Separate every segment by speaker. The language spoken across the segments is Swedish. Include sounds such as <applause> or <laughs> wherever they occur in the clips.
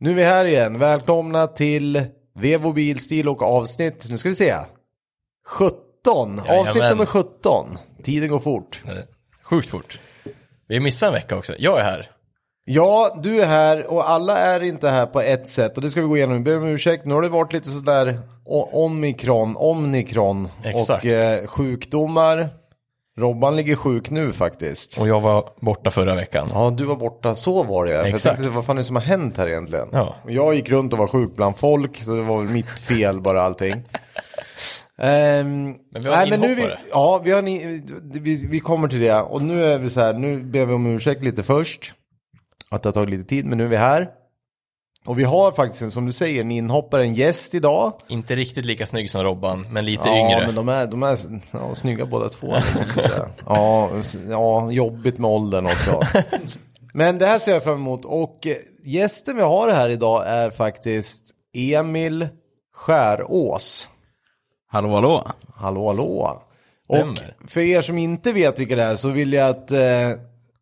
Speaker 1: Nu är vi här igen. Välkomna till Vevo Bilstil och avsnitt, nu ska vi se, 17. Avsnitt
Speaker 2: Jajamän.
Speaker 1: nummer 17. Tiden går fort.
Speaker 2: Sjukt fort. Vi missade en vecka också. Jag är här.
Speaker 1: Ja, du är här och alla är inte här på ett sätt och det ska vi gå igenom. Jag ber om ursäkt, nu har det varit lite sådär o- omikron, omnikron
Speaker 2: Exakt.
Speaker 1: och eh, sjukdomar. Robban ligger sjuk nu faktiskt.
Speaker 2: Och jag var borta förra veckan.
Speaker 1: Ja, du var borta, så var det ja. För Jag
Speaker 2: Exakt.
Speaker 1: tänkte, vad fan är det som har hänt här egentligen?
Speaker 2: Ja.
Speaker 1: Och Jag gick runt och var sjuk bland folk, så det var väl mitt fel bara
Speaker 2: <laughs>
Speaker 1: allting. Ehm,
Speaker 2: Men vi har en
Speaker 1: nu vi,
Speaker 2: inhoppare.
Speaker 1: Ja, vi, har en, in- vi, vi kommer till det. Och nu är vi så här, nu ber vi om ursäkt lite först. Att det har tagit lite tid, men nu är vi här. Och vi har faktiskt, en, som du säger, en inhoppare, en gäst idag.
Speaker 2: Inte riktigt lika snygg som Robban, men lite
Speaker 1: ja,
Speaker 2: yngre.
Speaker 1: men de är, de är ja, snygga båda två. måste jag säga. Ja, s- ja, jobbigt med åldern
Speaker 2: <laughs>
Speaker 1: också. Men det här ser jag fram emot. Och eh, gästen vi har här idag är faktiskt Emil Skärås.
Speaker 3: Hallå hallå!
Speaker 1: Hallå, hallå. Och
Speaker 2: Stämmer.
Speaker 1: för er som inte vet vilka det är så vill jag att... Eh,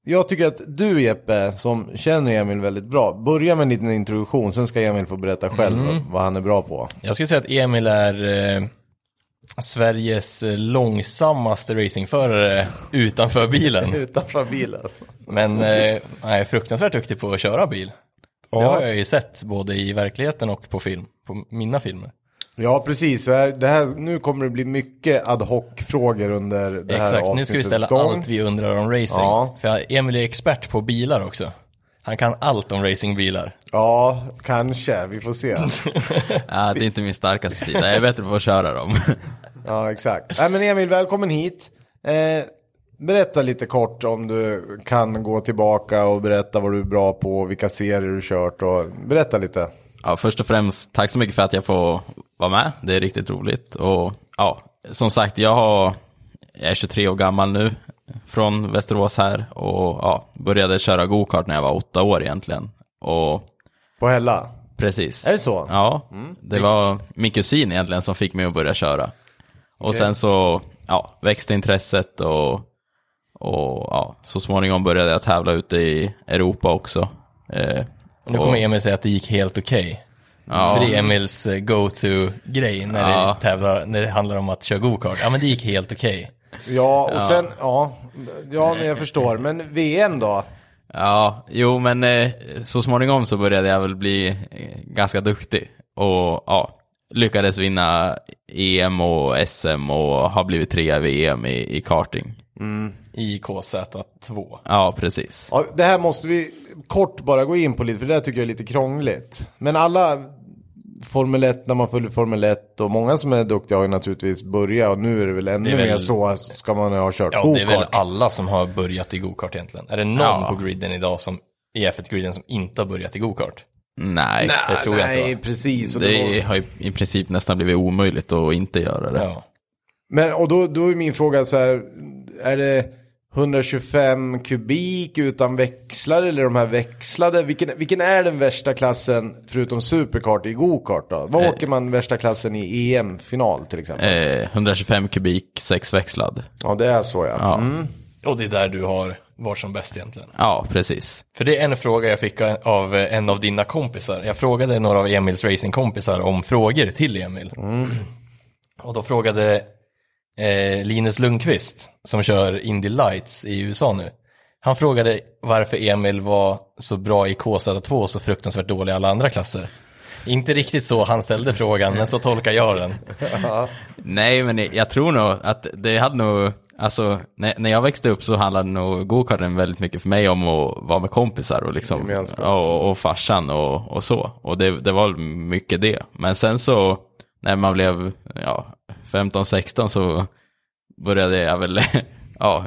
Speaker 1: jag tycker att du Jeppe, som känner Emil väldigt bra, börja med en liten introduktion. Sen ska Emil få berätta själv
Speaker 2: Mm.
Speaker 1: vad han är bra på.
Speaker 2: Jag skulle säga att Emil är eh, Sveriges eh, långsammaste racingförare utanför bilen.
Speaker 1: Utanför bilen.
Speaker 2: Men eh, han är fruktansvärt duktig på att köra bil. Det har jag ju sett både i verkligheten och på film, på mina filmer.
Speaker 1: Ja, precis. Det här, det här, nu kommer det bli mycket ad hoc-frågor under det här
Speaker 2: Exakt,
Speaker 1: avsnittets
Speaker 2: nu ska vi ställa
Speaker 1: gång.
Speaker 2: allt vi undrar om racing.
Speaker 1: Ja.
Speaker 2: För Emil är expert på bilar också. Han kan allt om racingbilar.
Speaker 1: Ja, kanske. Vi får
Speaker 2: <laughs>
Speaker 1: se.
Speaker 3: Ja, Ah, det är inte min starkaste sida, jag är bättre på att köra dem.
Speaker 1: ja, exakt. Nej, men Emil, välkommen hit. Eh, berätta lite kort om du kan gå tillbaka och berätta vad du är bra på, och vilka serier du kört och berätta lite.
Speaker 3: Ja, först och främst, tack så mycket för att jag får vara med, det är riktigt roligt. Och ja, som sagt, jag, har, jag är 23 år gammal nu, från Västerås här, och ja, började köra gokart när jag var åtta år egentligen. Och
Speaker 1: På Hälla.
Speaker 3: precis.
Speaker 1: Är det så?
Speaker 3: Ja, det var min kusin egentligen som fick mig att börja köra. Och sen så ja, växte intresset och, och ja, så småningom började jag tävla ute i Europa också. Eh,
Speaker 2: Nu
Speaker 3: och-
Speaker 2: kommer Emil säga att det gick helt okej.
Speaker 3: Ja.
Speaker 2: För det är Emils eh, go-to-grej när,
Speaker 3: Ja.
Speaker 2: det tävlar, när det handlar om att köra go-kart. Ja men det gick helt okej.
Speaker 1: Ja, och sen, ja. Ja, men jag förstår. Men VM då?
Speaker 3: Ja, jo men eh, så småningom så började jag väl bli eh, ganska duktig och ja, lyckades vinna EM och SM och har blivit trea i VM i, i karting.
Speaker 2: I KZ2.
Speaker 3: Ja, precis.
Speaker 1: Ja, det här måste vi kort bara gå in på lite, för det där tycker jag är lite krångligt. Men alla Formel 1, när man följer Formel 1 och många som är duktiga har ju naturligtvis börjat och nu är det väl ännu
Speaker 2: Det är väl-
Speaker 1: mer så ska man ha kört
Speaker 2: Ja det är väl
Speaker 1: gokart.
Speaker 2: alla som har börjat i go-kart egentligen. Är det någon
Speaker 3: Ja.
Speaker 2: på griden idag som i F1-griden som inte har börjat i go-kart?
Speaker 3: Nej,
Speaker 2: det tror jag
Speaker 1: nej,
Speaker 2: inte,
Speaker 1: precis. Och,
Speaker 3: det
Speaker 1: då,
Speaker 3: har ju i princip nästan blivit omöjligt att inte göra det.
Speaker 2: Ja.
Speaker 1: men, och då, då är min fråga så här, är det 125 kubik utan växlar eller de här växlade? Vilken, vilken är den värsta klassen förutom superkart i gokart då? Vad åker man värsta klassen i EM-final till exempel?
Speaker 3: Eh, 125 kubik, sexväxlad.
Speaker 1: Ja, det är så ja.
Speaker 3: Ja.
Speaker 2: Och det är där du har varit som bäst egentligen.
Speaker 3: ja, precis.
Speaker 2: För det är en fråga jag fick av en av dina kompisar. Jag frågade några av Emils racingkompisar om frågor till Emil. Och då frågade eh, Linus Lundqvist, som kör Indy Lights i USA nu. Han frågade varför Emil var så bra i KZ2 och så fruktansvärt dålig i alla andra klasser. Inte riktigt så han ställde frågan, men så tolkar jag den.
Speaker 3: Nej, men jag tror nog att det hade nog, alltså när, när jag växte upp så handlade nog gokarten väldigt mycket för mig om att vara med kompisar och liksom,
Speaker 1: Gemenskap.
Speaker 3: ja, och, och farsan och, och så. Och det, det var mycket det. Men sen så, när man blev, ja, 15-16 så började jag väl, <laughs> ja,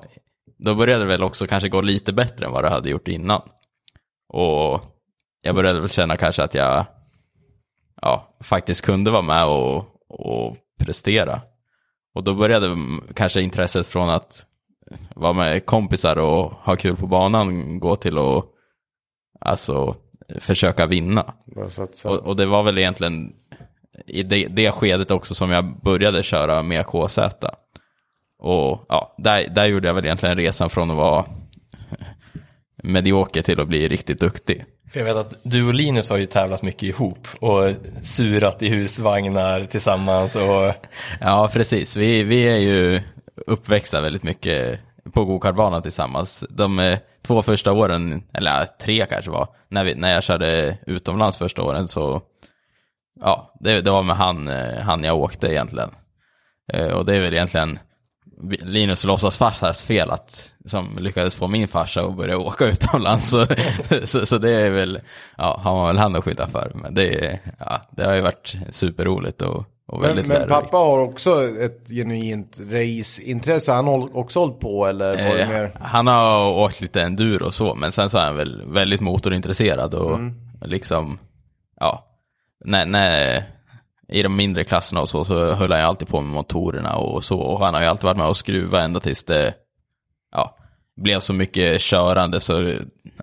Speaker 3: då började det väl också kanske gå lite bättre än vad det hade gjort innan. Och jag började väl känna kanske att jag, ja, faktiskt kunde vara med och, och prestera. Och då började mm, kanske intresset från att vara med kompisar och ha kul på banan gå till att alltså, försöka vinna.
Speaker 1: Bara satsa.
Speaker 3: Och, och det var väl egentligen i det, det skedet också som jag började köra med KZ. Och ja, där, där <laughs> gjorde jag väl egentligen resan från att vara medioker till att bli riktigt duktig.
Speaker 2: För jag vet att du och Linus har ju tävlat mycket ihop och surat i husvagnar tillsammans och
Speaker 3: Ja, precis. Vi, vi är ju uppväxta väldigt mycket på gokartbanan tillsammans. De eh, två första åren, eller ja, tre kanske var, när, vi, när jag körde utomlands första åren så, ja, det, det var med han, eh, han jag åkte egentligen. Eh, Och det är väl egentligen Linus låtsasfarsas fel att, som lyckades få min farsa att börja åka utomlands. Så, <laughs> så, så det är väl, ja, har man väl han att skylla för. Men det, är- ja, det har ju varit superroligt och, och
Speaker 1: Men,
Speaker 3: väldigt
Speaker 1: men
Speaker 3: lärorikt.
Speaker 1: pappa har också ett genuint raceintresse. Han har också hållit på eller var det
Speaker 3: Eh,
Speaker 1: mer?
Speaker 3: Han har åkt lite enduro och så, men sen så är han väl väldigt motorintresserad och
Speaker 1: Mm.
Speaker 3: liksom, ja, nej, nej, i de mindre klasserna och så, så höll han ju alltid på med motorerna och så, och han har ju alltid varit med och skruva ända tills det, ja, blev så mycket körande så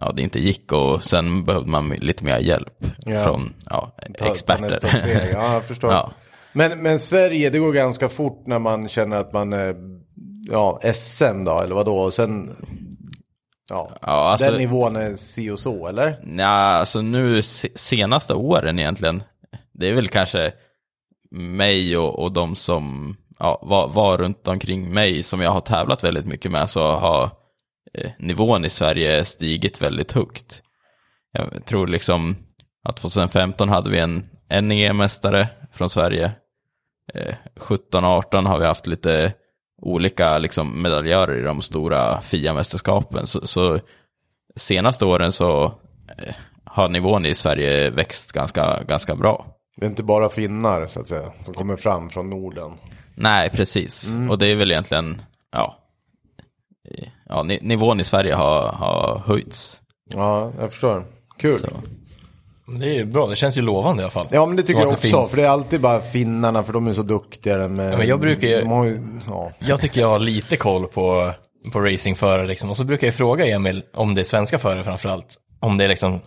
Speaker 3: ja, det inte gick och sen behövde man lite mer hjälp
Speaker 1: Ja.
Speaker 3: från ja,
Speaker 1: Ta- ta nästa steg.
Speaker 3: experter.
Speaker 1: Ja, jag förstår.
Speaker 3: Ja.
Speaker 1: Men, men Sverige, det går ganska fort när man känner att man är ja, SM då, eller vadå? Och sen, ja,
Speaker 3: <laughs> Ja, alltså-
Speaker 1: den nivån är si och så, eller?
Speaker 3: Nja, alltså nu se- senaste åren egentligen. Det är väl kanske mig och, och de som ja, var, var runt omkring mig som jag har tävlat väldigt mycket med så har eh, nivån i Sverige stigit väldigt högt. Jag tror liksom att 2015 hade vi en NE-mästare från Sverige. Eh, 17-18 har vi haft lite olika liksom, medaljörer i de stora FIA-mästerskapen. Så, så senaste åren så eh, har nivån i Sverige växt ganska, ganska bra.
Speaker 1: Det är inte bara finnar, så att säga, som kommer fram från Norden.
Speaker 3: Nej, precis. Och det är väl egentligen, ja, eh, ja ni- nivån i Sverige har, har höjts.
Speaker 1: Ja, jag förstår. Kul.
Speaker 3: Så.
Speaker 2: det är ju bra, det känns ju lovande i alla fall.
Speaker 1: Ja, men det tycker
Speaker 2: Som
Speaker 1: jag
Speaker 2: att
Speaker 1: också,
Speaker 2: finns-
Speaker 1: för det är alltid bara finnarna, för de är så duktiga. Med,
Speaker 2: Ja, men jag brukar ju-
Speaker 1: De har ju ja.
Speaker 2: Jag tycker jag har lite koll på, på racingförare liksom. Och så brukar jag fråga Emil, om det är svenska förare framförallt, om det är liksom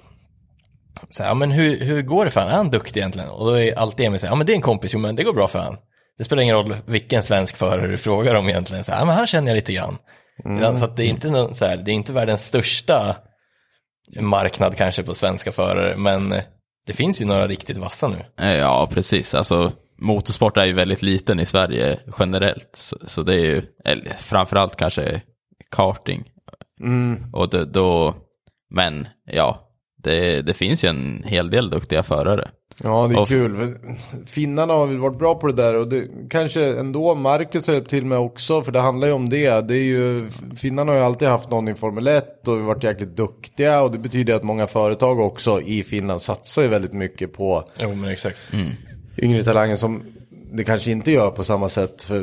Speaker 2: så här, ja, men hur, hur går det för han? Är han duktig egentligen? Och då är alltid Emil så här, ja men det är en kompis, jo men det går bra för han. Det spelar ingen roll vilken svensk förare du frågar om egentligen, så här, ja men han känner jag lite grann.
Speaker 1: Mm.
Speaker 2: Så att det är inte någon, så här, det är inte världens största marknad kanske på svenska förare, men det finns ju några riktigt vassa nu.
Speaker 3: Eh, Ja, precis. Alltså, motorsport är ju väldigt liten i Sverige generellt. Så, så det är ju, eller framförallt kanske karting. Och då, då, men ja, det, det finns ju en hel del duktiga förare.
Speaker 1: Ja, det är
Speaker 3: Och-
Speaker 1: kul. Men Finnarna har väl varit bra på det där och det, kanske ändå Marcus har hjälpt till med också, för det handlar ju om det. det är ju, finnarna har ju alltid haft någon i Formel 1 och varit jäkligt duktiga och det betyder att många företag också i Finland satsar ju väldigt mycket på
Speaker 2: Jo men exakt.
Speaker 1: yngre talanger som det kanske inte gör på samma sätt. För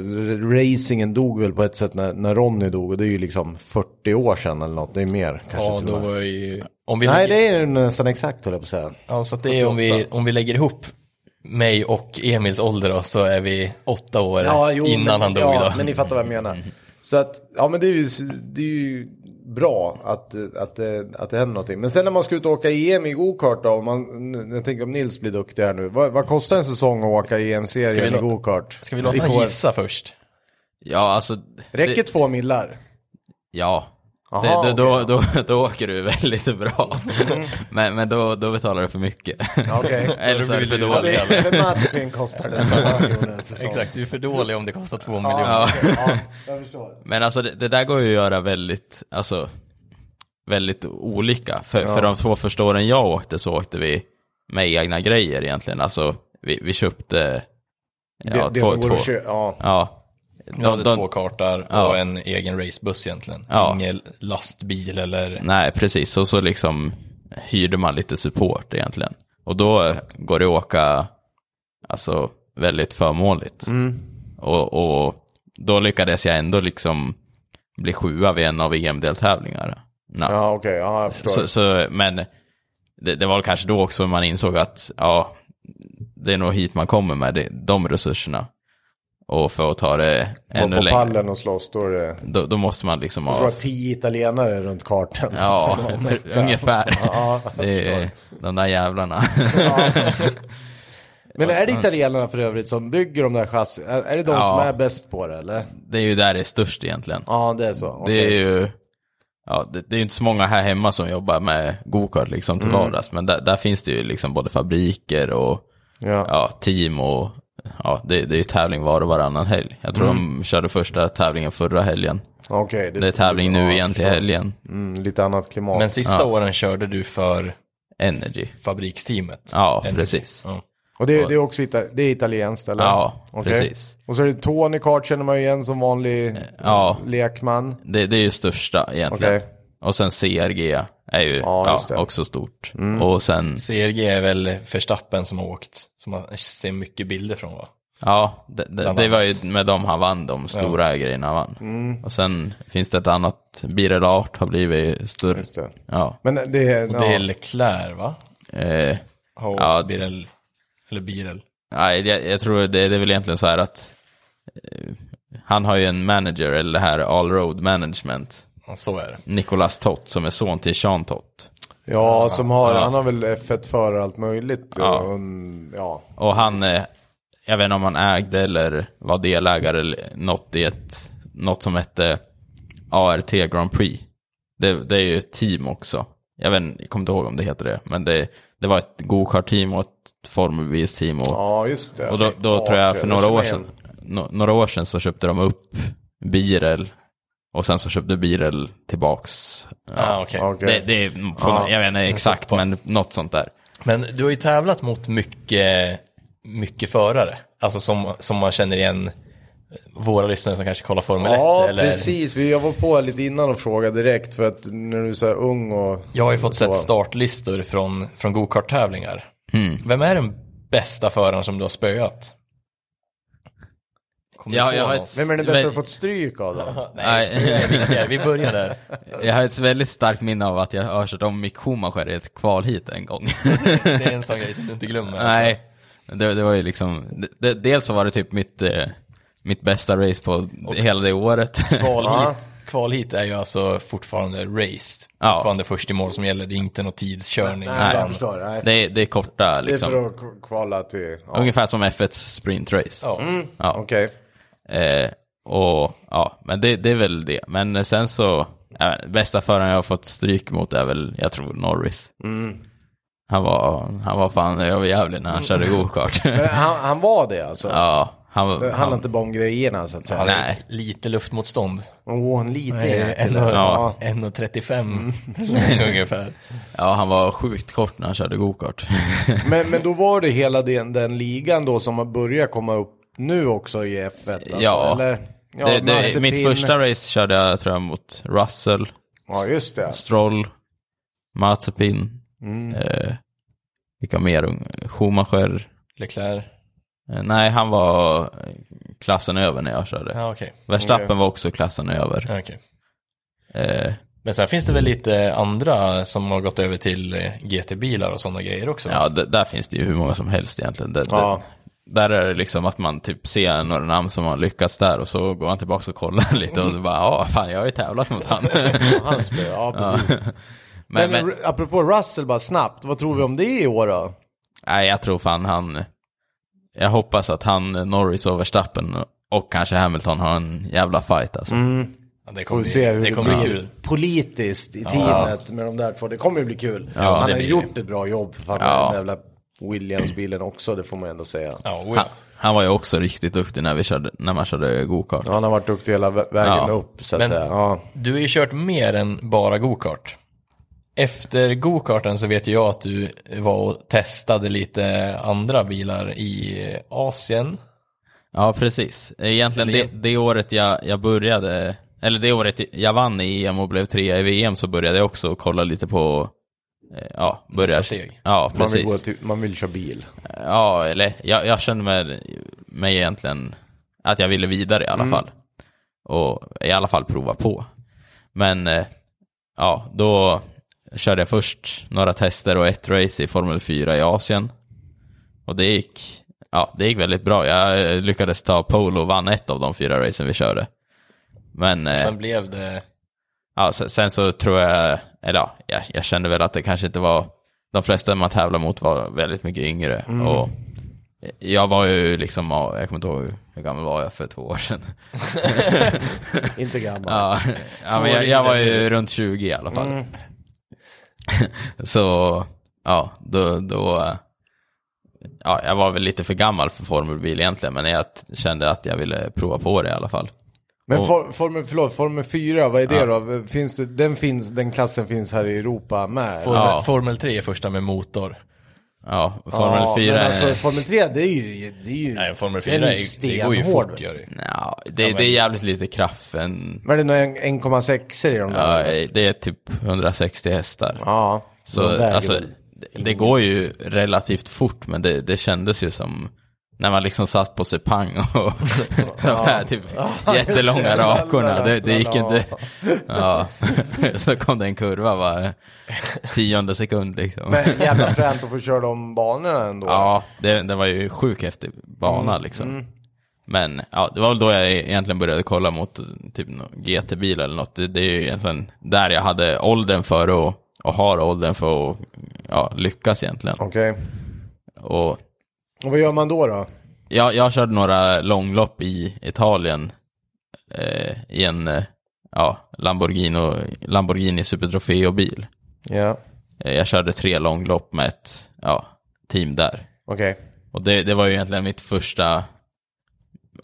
Speaker 1: racingen dog väl på ett sätt när, när Ronny dog och det är ju liksom 40 år sedan eller något, det är mer kanske
Speaker 2: Ja,
Speaker 1: till
Speaker 2: då
Speaker 1: och med.
Speaker 2: är ju, om vi
Speaker 1: Nej,
Speaker 2: lägger-
Speaker 1: det är nästan exakt höll jag på att säga.
Speaker 2: Ja, så att det är om vi, om vi lägger ihop mig och Emils ålder då, så är vi åtta år innan
Speaker 1: men,
Speaker 2: han dog.
Speaker 1: ja,
Speaker 2: då. Mm.
Speaker 1: men ni fattar vad jag menar. Så att, ja men det är ju, det är ju bra att, att, det- att det händer någonting. Men sen när man ska ut och åka EM i gokart då, om man, jag tänker om Nils blir duktig här nu. Vad, vad kostar en säsong att åka
Speaker 2: Ska vi
Speaker 1: EM-serien i
Speaker 2: låta-
Speaker 1: gokart?
Speaker 2: Ska vi låta
Speaker 1: I
Speaker 2: honom
Speaker 1: år.
Speaker 2: gissa först?
Speaker 3: Ja, alltså.
Speaker 1: Räcker
Speaker 3: det,
Speaker 1: två
Speaker 2: <laughs>
Speaker 1: millar?
Speaker 3: Ja.
Speaker 1: Aha,
Speaker 3: det, det, då,
Speaker 1: okej.
Speaker 3: då, då, åker du
Speaker 1: <laughs>
Speaker 3: väldigt bra. men men då, då betalar du för mycket.
Speaker 1: Okej.
Speaker 3: Eller så är du för
Speaker 1: Ja, det
Speaker 3: dålig.
Speaker 1: är för Maspin kostar
Speaker 2: <laughs>
Speaker 1: det. så han gjorde en säsong.
Speaker 2: Exakt, du är för dålig om det kostar två miljoner.
Speaker 1: Ja, okej. ja, jag förstår.
Speaker 3: Men alltså det, det där går ju att göra väldigt, alltså, väldigt olika. För, för de två första åren jag åkte så åkte vi med egna grejer egentligen. Alltså vi, vi köpte...
Speaker 1: Det, det som går att köpa, ja.
Speaker 3: Ja.
Speaker 2: Vi hade
Speaker 3: De- de-
Speaker 2: två kartar och
Speaker 3: Ja.
Speaker 2: en egen racebuss egentligen.
Speaker 3: Ja.
Speaker 2: Ingen lastbil eller...
Speaker 3: Nej, precis. Och så liksom hyrde man lite support egentligen. Och då går det att åka alltså, väldigt förmånligt.
Speaker 1: Mm.
Speaker 3: Och, och då lyckades jag ändå liksom bli sjua vid en av EM-deltävlingarna. Ja.
Speaker 1: Ja, okej, ja, jag förstår.
Speaker 3: Så, så, men det, det var väl kanske då också man insåg att ja, det är nog hit man kommer med det, de resurserna. Och för att ta det
Speaker 1: Gå
Speaker 3: ännu
Speaker 1: på
Speaker 3: längre,
Speaker 1: pallen och slåss, då är det...
Speaker 3: då, då måste man liksom
Speaker 1: Jag tror
Speaker 3: ha...
Speaker 1: att tio italienare runt kartan.
Speaker 3: Ja, <laughs> ungefär.
Speaker 1: Ja,
Speaker 3: det är de där jävlarna. <laughs>
Speaker 1: Men är det italienarna för övrigt som bygger de där chassin? Är är det de som
Speaker 3: Ja.
Speaker 1: är bäst på det eller?
Speaker 3: Det är ju där det är störst egentligen.
Speaker 1: Ja, det är så.
Speaker 3: Det är
Speaker 1: Okej.
Speaker 3: ju ja, det, det är ju inte så många här hemma som jobbar med gokart liksom
Speaker 1: Mm.
Speaker 3: till vardags, men där, där finns det ju liksom både fabriker och
Speaker 1: Ja.
Speaker 3: ja, team och ja, det, det är ju tävling var och varannan helg. Jag tror
Speaker 1: Mm.
Speaker 3: de körde första tävlingen förra helgen.
Speaker 1: Okej,
Speaker 3: Det är tävling nu igen till helgen.
Speaker 1: Mm, lite annat klimat.
Speaker 2: Men sista åren körde du för
Speaker 3: Energy.
Speaker 2: fabriksteamet.
Speaker 3: Ja,
Speaker 2: Eller-
Speaker 3: precis.
Speaker 2: Ja.
Speaker 1: och det, det är också ita- det är italienskt eller?
Speaker 3: Ja,
Speaker 1: Okej.
Speaker 3: precis. Eh,
Speaker 1: Och så är det Tony Kart känner man ju igen som vanlig
Speaker 3: Ja.
Speaker 1: lekman.
Speaker 3: Det, det är ju största egentligen.
Speaker 1: Okej.
Speaker 3: Och sen CRG är ju
Speaker 1: Ja,
Speaker 3: ja,
Speaker 1: just det. Mm.
Speaker 3: också stort. Och sen,
Speaker 2: CRG är väl Verstappen som har åkt, som man ser mycket bilder från va?
Speaker 3: ja, det, det,
Speaker 2: Bland
Speaker 3: det var ju med dem han vann, de stora grejerna han vann. Och sen finns det ett annat, Birel Art har blivit större.
Speaker 1: Just det.
Speaker 3: Ja,
Speaker 1: Men det,
Speaker 2: Och
Speaker 1: ja.
Speaker 2: det är Leclerc va?
Speaker 3: eh,
Speaker 2: Har
Speaker 3: Ja.
Speaker 2: ja. Birel, eller Birel.
Speaker 3: nej, jag, jag tror det, det är väl egentligen så här att eh, han har ju en manager, eller det här All Road Management,
Speaker 2: Ja, så är det.
Speaker 3: Nicolas Tott, som är son till Sean Tott.
Speaker 1: ja, som har, han har väl F1 före allt möjligt. Ja. Och, en- ja.
Speaker 3: Och han, eh, jag vet inte om han ägde eller var delägare eller något i ett, något som hette ART Grand Prix. Det, det är ju ett team också. Jag, vet, inte- jag kommer inte ihåg om det heter det, men det, det var ett gokart-team och ett formel-team. Och,
Speaker 1: ja, just det.
Speaker 3: och då, då
Speaker 1: Ja,
Speaker 3: tror jag
Speaker 1: det-
Speaker 3: för
Speaker 1: det
Speaker 3: några
Speaker 1: känner
Speaker 3: år
Speaker 1: jag
Speaker 3: sedan,
Speaker 1: igen.
Speaker 3: no, några år sedan så köpte de upp Birel och sen så köpte Birel tillbaks.
Speaker 2: Ah, okej.
Speaker 1: Okej.
Speaker 3: Det, det är, på nå- jag vet inte exakt, men något sånt där.
Speaker 2: Men du har ju tävlat mot mycket, mycket förare, alltså som, som man känner igen eh, våra lyssnare som kanske kollar Formel 1
Speaker 1: Ja,
Speaker 2: eller
Speaker 1: precis. Vi- Jag var på här lite innan och frågade direkt för att när du är så här ung och...
Speaker 2: Jag har ju fått
Speaker 1: Så.
Speaker 2: sett startlistor från, från gokart-tävlingar.
Speaker 3: Mm.
Speaker 2: Vem är den bästa föraren som du har spöat? Kommer
Speaker 3: Jag-
Speaker 2: du
Speaker 3: jag
Speaker 2: på
Speaker 3: har
Speaker 2: någon?
Speaker 3: ett-
Speaker 1: Vem är den bästa
Speaker 3: Men-
Speaker 1: du fått stryk av då?
Speaker 2: Nej,
Speaker 3: <laughs>
Speaker 2: det är viktigare. vi börjar där.
Speaker 3: Jag har ett väldigt starkt minne av att jag har kört om Mick Schumacher i ett kval hit en gång. <laughs>
Speaker 2: Det är en sån grej som du inte glömmer. alltså.
Speaker 3: Nej, det, det var ju liksom, det- det, dels så var det typ mitt, eh, mitt bästa race på hela det året.
Speaker 2: Kval
Speaker 1: Ja.
Speaker 2: hit, kval hit är ju alltså fortfarande race.
Speaker 3: Ja.
Speaker 2: Fortfarande först i mål som gäller, det är inte någon tidskörning.
Speaker 1: Nej,
Speaker 2: utan-
Speaker 1: jag förstår. Nej.
Speaker 3: <laughs> det, är- det är korta
Speaker 1: Det är för
Speaker 3: liksom,
Speaker 1: att k- kvala till... Ja.
Speaker 3: ungefär som F1 sprintrace.
Speaker 2: Ja.
Speaker 3: Ja.
Speaker 1: Okej.
Speaker 3: Eh, och, ja, men det, det är väl det. Men sen så, ja, bästa föraren jag har fått stryk mot är väl, jag tror Norris. Han, var, han var fan överjävlig när han körde gokart.
Speaker 1: Men Han, han var det alltså?
Speaker 3: ja, han, var-
Speaker 1: Det handlar inte bara om grejerna så att säga.
Speaker 2: Han är
Speaker 3: Nej.
Speaker 2: Lite luftmotstånd. Eh,
Speaker 1: Åh, en liten jäkel.
Speaker 2: En och-
Speaker 1: Ja. Mm.
Speaker 2: 1,35 <laughs> ungefär.
Speaker 3: Ja, han var sjukt kort när han körde gokart.
Speaker 1: Men, men då var det hela den, den ligan då som har börjat komma upp nu också i F1? Alltså,
Speaker 3: Ja.
Speaker 1: eller? ja
Speaker 3: det, det,
Speaker 1: Mazepin.
Speaker 3: mitt första race körde jag tror jag mot Russell,
Speaker 1: Ja, just det. Alltså,
Speaker 3: Stroll, Mazepin,
Speaker 1: Mm.
Speaker 3: eh, vilka mer? Schumacher.
Speaker 2: Leclerc.
Speaker 3: Eh, nej, han var eh, klassen över när jag körde.
Speaker 2: Ja, okej.
Speaker 3: Verstappen var också klassen över.
Speaker 2: Ja, okej.
Speaker 3: Eh,
Speaker 2: Men sen finns det väl lite andra som har gått över till eh, GT-bilar och sådana grejer också?
Speaker 3: ja, d- där finns det ju hur många som helst egentligen. Det,
Speaker 1: Ja.
Speaker 3: det, där är det liksom att man typ ser några namn som har lyckats där och så går man tillbaka och kollar <laughs> lite och så bara, ja, fan jag har ju tävlat mot han.
Speaker 1: <laughs> Han spelade,
Speaker 3: <laughs>
Speaker 1: ja, precis. Men,
Speaker 3: men, men,
Speaker 1: r- apropå Russell bara snabbt, vad tror vi om det i år då?
Speaker 3: Nej, jag tror fan han... Jag hoppas att han, Norris och Verstappen och kanske Hamilton har en jävla fight alltså.
Speaker 2: Ja, det
Speaker 1: Får
Speaker 2: kommer
Speaker 1: vi se
Speaker 2: bli,
Speaker 1: hur
Speaker 2: det
Speaker 1: det,
Speaker 2: kommer bli
Speaker 1: blir
Speaker 2: kul.
Speaker 1: politiskt i teamet med de där två. Det kommer ju bli kul.
Speaker 3: det
Speaker 1: Han har
Speaker 3: blir
Speaker 1: gjort ett bra jobb för fan med
Speaker 3: Ja.
Speaker 1: den jävla Williams-bilen också, det får man ändå säga.
Speaker 2: Ja, och-
Speaker 3: Han, han var ju också riktigt duktig när, vi körde, när man körde gokart.
Speaker 1: Han har varit duktig hela vä- vägen
Speaker 3: Ja.
Speaker 1: upp så att
Speaker 2: Men-
Speaker 1: säga. Ja.
Speaker 2: Du har ju kört mer än bara gokart. Efter gokarten så vet jag att du var och testade lite andra bilar i Asien.
Speaker 3: Ja, precis. Egentligen det, det året jag, jag började, eller det året jag vann i EM och blev trea i VM så började jag också kolla lite på, eh, ja, börja...
Speaker 2: Nästa steg.
Speaker 3: Ja,
Speaker 1: Man, vill
Speaker 3: precis.
Speaker 1: gå till, man vill köra
Speaker 2: <laughs>
Speaker 1: bil.
Speaker 3: Ja, eller jag, jag kände mig, mig egentligen att jag ville vidare i alla fall. Och i alla fall prova på. Men eh, ja, då körde jag först några tester och ett race i Formel 4 i Asien. Och det gick, ja, det gick väldigt bra. Jag eh, lyckades ta pole och vann ett av de fyra racen vi körde. Men eh,
Speaker 2: Sen blev det...
Speaker 3: ja, sen, sen så tror jag, eller ja, jag, jag
Speaker 1: Mm.
Speaker 3: kände väl att det kanske inte var, de flesta man tävlar mot var väldigt mycket yngre. Och Jag var ju liksom, ja, jag kommer inte ihåg hur gammal var jag för två
Speaker 1: <laughs>
Speaker 3: år sedan.
Speaker 1: Inte gammal.
Speaker 3: Ja, <laughs> ja men jag, jag var ju runt 20 i alla fall.
Speaker 1: Mm.
Speaker 3: <laughs> Så, ja, då, då, ja, jag var väl lite för gammal för formelbil egentligen, men jag t- kände att jag ville prova på det i alla fall.
Speaker 1: Men
Speaker 3: Och-
Speaker 1: for, Formel, förlåt, Formel 4, vad är det då? Finns det, den, finns, den klassen finns här i Europa med?
Speaker 2: Formel,
Speaker 3: Ja.
Speaker 2: Formel 3 är första med motor.
Speaker 3: Ja, Formel
Speaker 1: ja,
Speaker 3: 4
Speaker 1: Men alltså,
Speaker 3: är-
Speaker 1: Formel 3, det är ju... Det är ju
Speaker 2: Nej, Formel
Speaker 1: den
Speaker 2: 4
Speaker 1: ju
Speaker 2: är, det går ju
Speaker 1: stenhård.
Speaker 2: fort gör det.
Speaker 3: Nja, det, det är jävligt lite kraft för en,
Speaker 1: Men det är nog 1,6 i de
Speaker 3: ja,
Speaker 1: där.
Speaker 3: det är typ 160 hästar.
Speaker 1: Ja.
Speaker 3: Så
Speaker 1: de väger
Speaker 3: alltså,
Speaker 1: väl.
Speaker 3: det, det går ju relativt fort, men det, det kändes ju som när man liksom satt på sig pang och <laughs> de här typ jättelånga rakorna, det, det gick inte. Ja. <laughs> Så kom det en
Speaker 1: <laughs>
Speaker 3: kurva bara tionde sekund liksom.
Speaker 1: Men jävla fränt att få köra de banorna ändå.
Speaker 3: Ja, det, det var ju sjukt häftig bana liksom. Men ja, det var väl då jag egentligen började kolla mot typ någon GT-bil eller något. Det, det är ju egentligen där jag hade åldern för att, och har åldern för att ja, lyckas egentligen.
Speaker 1: Okej.
Speaker 3: Och
Speaker 1: Och vad gör man då då?
Speaker 3: jag, jag körde några långlopp i Italien eh, i en eh, ja, Lamborghini, Lamborghini Super Trofeo-bil.
Speaker 1: Ja,
Speaker 3: Eh, jag körde tre långlopp med ett ja, team där.
Speaker 1: okej.
Speaker 3: Och det, det var ju egentligen mitt första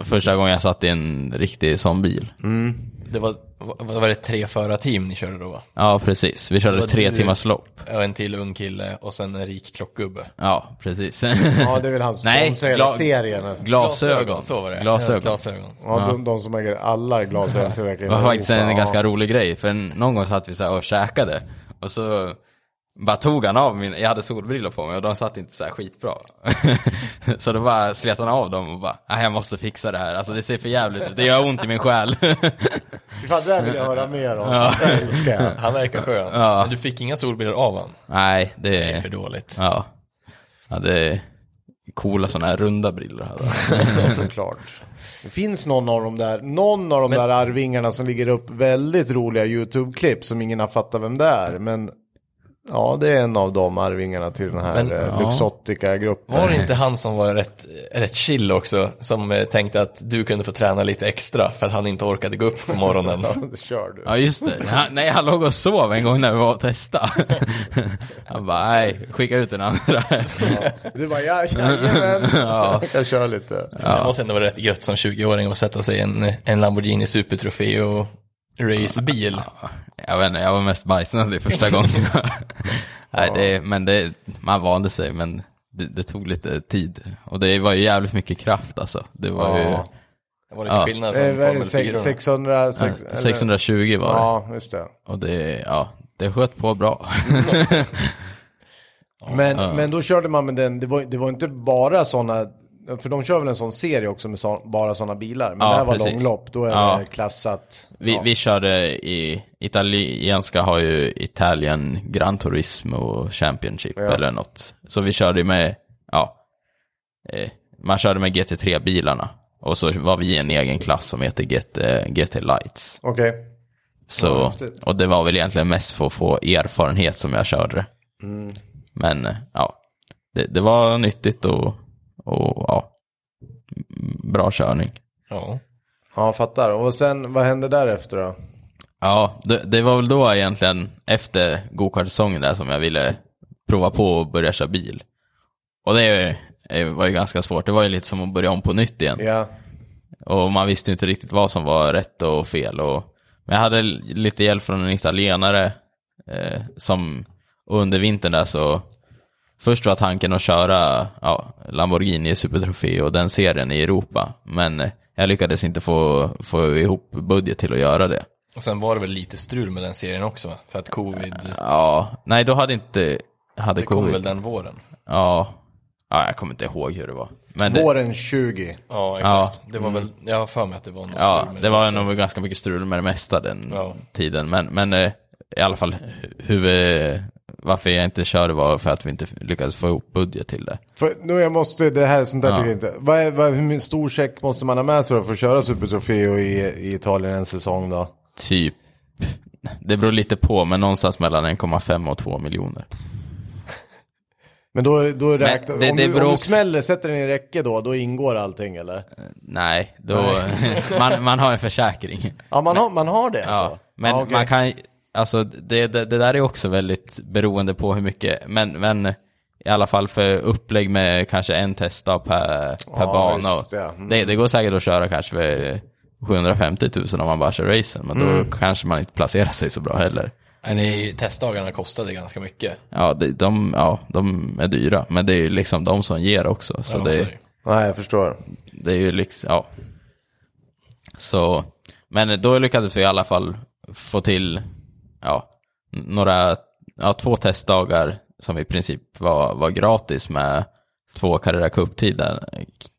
Speaker 3: första gången jag satt i en riktig sån bil.
Speaker 1: Mm.
Speaker 2: Det var, vad vad var det, tre förarteam ni körde då va?
Speaker 3: Ja, precis. Vi körde
Speaker 2: Vad
Speaker 3: tre
Speaker 2: du-
Speaker 3: timmars lopp.
Speaker 2: Ja, En till ung kille och sen en rik klockgubbe.
Speaker 3: Ja, precis. <laughs>
Speaker 1: Ja, det är väl han som
Speaker 3: Nej,
Speaker 1: sponsrar hela
Speaker 3: gla-
Speaker 1: serien.
Speaker 3: Glasögon.
Speaker 2: så var det.
Speaker 3: Glasögon.
Speaker 2: Ja, glasögon.
Speaker 1: Ja, de, de som äger alla glasögon tillräckligt.
Speaker 3: Det var faktiskt en
Speaker 1: Ja.
Speaker 3: ganska rolig grej, för någon gång satt vi så här och käkade och så bara tog han av min, jag hade solbrillor på mig och de satt inte så här skitbra. <laughs> så då bara slet han av dem och bara, "Nej, jag måste fixa det här, alltså det ser för jävligt ut, det gör ont i min själ. <laughs>
Speaker 1: Fan, det där vill jag höra mer om. Ja. Det älskar
Speaker 3: <laughs>
Speaker 1: jag.
Speaker 2: Han verkar skön. Men du fick inga solbilder av han?
Speaker 3: Nej, det
Speaker 2: Det är
Speaker 3: är...
Speaker 2: för dåligt.
Speaker 3: Ja. ja, det är coola sådana här runda brillor. hade han.
Speaker 1: Ja, såklart. Det finns någon av de där, någon av de där arvingarna som ligger upp väldigt roliga YouTube-klipp som ingen har fattat vem det är. Men ja, det är en av de arvingarna till den här
Speaker 2: Men,
Speaker 1: eh,
Speaker 3: ja.
Speaker 1: Luxottica-gruppen.
Speaker 2: Var det inte han som var rätt, rätt chill också, som eh, tänkte att du kunde få träna lite extra för att han inte orkade gå upp på
Speaker 3: <laughs>
Speaker 2: morgonen?
Speaker 1: <laughs> Ja, det Kör du.
Speaker 3: Ja, just det. Han, nej, han låg och sov en gång när vi var och testade. <laughs> Han bara, nej, skicka ut den andra.
Speaker 1: Du bara, ja,
Speaker 3: <laughs>
Speaker 1: jajamän. Jag kör lite.
Speaker 2: Det måste ändå vara rätt gött som 20-åring att sätta sig i en, en Lamborghini Super Trofeo racebil.
Speaker 3: Jag vet inte, jag var mest bajsnödig första <laughs> gången. Nej, det, men det, man vande sig, men det, det tog lite tid. Och det var ju jävligt mycket kraft alltså. Det var ju,
Speaker 2: Det var lite
Speaker 3: Ja.
Speaker 2: skillnad
Speaker 1: Eh,
Speaker 2: från
Speaker 1: vad är
Speaker 2: Formel
Speaker 1: det, sex-
Speaker 2: 4.
Speaker 1: 600? sex-
Speaker 3: eh,
Speaker 1: eller-
Speaker 3: 620 var det.
Speaker 1: Ja, just det.
Speaker 3: Och det, ja, det sköt på bra.
Speaker 1: Men, men då körde man med den, det var, det var inte bara sådana, för de kör väl en sån serie också med så, bara sådana bilar. Men
Speaker 3: Ja,
Speaker 1: det här var
Speaker 3: precis.
Speaker 1: långlopp, då är
Speaker 3: Ja.
Speaker 1: det klassat.
Speaker 3: Vi, vi körde i italienska har ju Italien Gran Turismo och Championship
Speaker 1: Ja.
Speaker 3: eller något. Så vi körde ju med, ja, eh, man körde med GT3-bilarna. Och så var vi i en egen klass som heter GT, GT Lights.
Speaker 1: Okej.
Speaker 3: Så,
Speaker 1: häftigt.
Speaker 3: och det var väl egentligen mest för att få erfarenhet som jag körde.
Speaker 1: Mm.
Speaker 3: Men eh, ja, det, det var nyttigt och, och ja, m- bra körning.
Speaker 2: Ja.
Speaker 1: Ja, jag fattar. Och sen, vad hände därefter då?
Speaker 3: Ja, det, det var väl då egentligen efter gokartsäsongen där som jag ville prova på att börja köra bil. Och det är ju- är- var ju ganska svårt, det var ju lite som att börja om på nytt igen.
Speaker 1: Ja,
Speaker 3: Och man visste ju inte riktigt vad som var rätt och fel. Och, men jag hade l- lite hjälp från en italienare eh, som och under vintern där så Först var tanken att köra ja, Lamborghini Super Trofeo och den serien i Europa. Men eh, jag lyckades inte få, få ihop budget till att göra det.
Speaker 2: Och sen var det väl lite strul med den serien också, för att covid,
Speaker 3: Ja, nej då hade inte, hade
Speaker 2: det kom
Speaker 3: covid.
Speaker 2: väl den våren?
Speaker 3: Ja. ja, jag kommer inte ihåg hur det var. Men det,
Speaker 1: våren 20.
Speaker 2: Ja, exakt. Det var väl, jag har för mig att det var något
Speaker 3: Mm. ja,
Speaker 2: strul med
Speaker 3: det var nog ganska mycket strul med det mesta den
Speaker 2: Ja.
Speaker 3: tiden. Men, men eh, i alla fall, huvud, varför jag inte körde var för att vi inte lyckades få ihop budget till det.
Speaker 1: För, nu jag måste, det här sånt där tycker jag inte. Vad är, vad, hur stor check måste man ha med sig då för att köra Super Trofeo i, i Italien en säsong då?
Speaker 3: Typ, det beror lite på, men någonstans mellan 1,5 och 2 miljoner.
Speaker 1: Men då, då räknar,
Speaker 3: det-
Speaker 1: om,
Speaker 3: det
Speaker 1: du, om
Speaker 3: beror
Speaker 1: du
Speaker 3: också-
Speaker 1: smäller, sätter den i räcke då, då ingår allting eller?
Speaker 3: Nej, då, <laughs> man, man har en försäkring.
Speaker 1: Ja, man, har, man har det
Speaker 3: Ja,
Speaker 1: alltså?
Speaker 3: men
Speaker 1: Ja, okej.
Speaker 3: man kan alltså det, det, det där är också väldigt beroende på hur mycket, men, men i alla fall för upplägg med kanske en testdag per, per
Speaker 1: Ja,
Speaker 3: bana.
Speaker 1: just det. Mm.
Speaker 3: Det, det går säkert att köra kanske för 750 000 om man bara kör racen, men
Speaker 1: Mm.
Speaker 3: då kanske man inte placerar sig så bra heller.
Speaker 2: Men i testdagarna kostade ganska mycket.
Speaker 3: Ja, det, de, ja, de är dyra, men det är ju liksom de som ger också. Så
Speaker 2: Ja,
Speaker 3: det,
Speaker 2: sorry.
Speaker 1: Nej, jag förstår.
Speaker 3: det är ju liksom, ja. Så, men då lyckades vi i alla fall få till, ja, n- några, ja, två testdagar som i princip var, var gratis med två Carrera Cup-team där,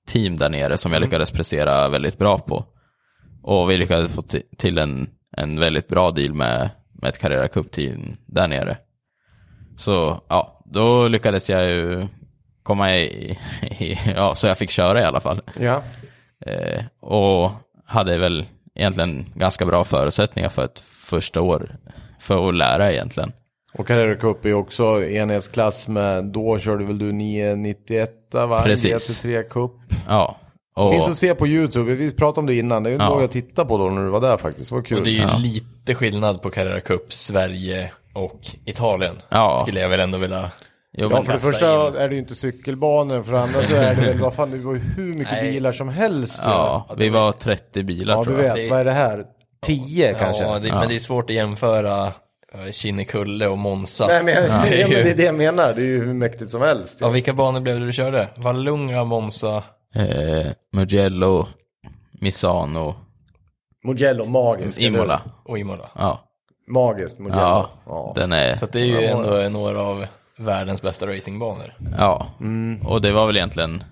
Speaker 3: team där nere som jag lyckades prestera väldigt bra på. Och vi lyckades få ti- till en, en väldigt bra deal med, med ett Carrera Cup-team där nere. Så ja, då lyckades jag ju komma i, <laughs> i ja, så jag fick köra i alla fall.
Speaker 1: Ja.
Speaker 3: Eh, och hade väl egentligen ganska bra förutsättningar för ett första år för att lära egentligen.
Speaker 1: Och Carrera Cup är ju också enhetsklass med, då körde väl du 991 va?
Speaker 3: Precis.
Speaker 1: 3 Cup.
Speaker 3: Ja. Och,
Speaker 1: Finns att se på YouTube, vi pratade om det innan, det
Speaker 3: Ja.
Speaker 1: låg jag titta på då när du var där faktiskt, det var
Speaker 2: Och det är ju
Speaker 1: kul.
Speaker 2: lite skillnad på Carrera Cup, Sverige och Italien.
Speaker 3: Ja.
Speaker 2: Skulle jag väl ändå vilja...
Speaker 3: jo,
Speaker 1: Ja,
Speaker 3: men,
Speaker 1: för det
Speaker 2: kasta
Speaker 1: första är det ju inte cykelbanor, för det andra så är det väl, vad fan, det var ju hur mycket
Speaker 2: Nej.
Speaker 1: bilar som helst ju.
Speaker 3: ja, vi var 30 bilar
Speaker 1: Ja, du
Speaker 3: tror jag.
Speaker 1: vet,
Speaker 2: Det-
Speaker 1: vad är det här? 10 kanske?
Speaker 2: Ja, det, men det är svårt att jämföra eh, Kinnekulle och Monza.
Speaker 1: Nej, men, <laughs> ja.
Speaker 2: Det är
Speaker 1: men det
Speaker 2: ju...
Speaker 1: är det jag menar, det är ju hur mäktigt som helst.
Speaker 2: Av vilka banor blev det du körde? Vallunga, Monza,
Speaker 3: Eh, Mugello, Misano,
Speaker 1: Mugello, magiskt. eller hur?
Speaker 3: Imola.
Speaker 2: och Imola.
Speaker 3: Ja,
Speaker 1: Magiskt, Mugello.
Speaker 3: ja,
Speaker 1: Ja.
Speaker 3: den är...
Speaker 2: Så att det är ju ändå några av världens bästa racingbanor.
Speaker 3: Ja,
Speaker 2: Mm.
Speaker 3: och det var väl egentligen,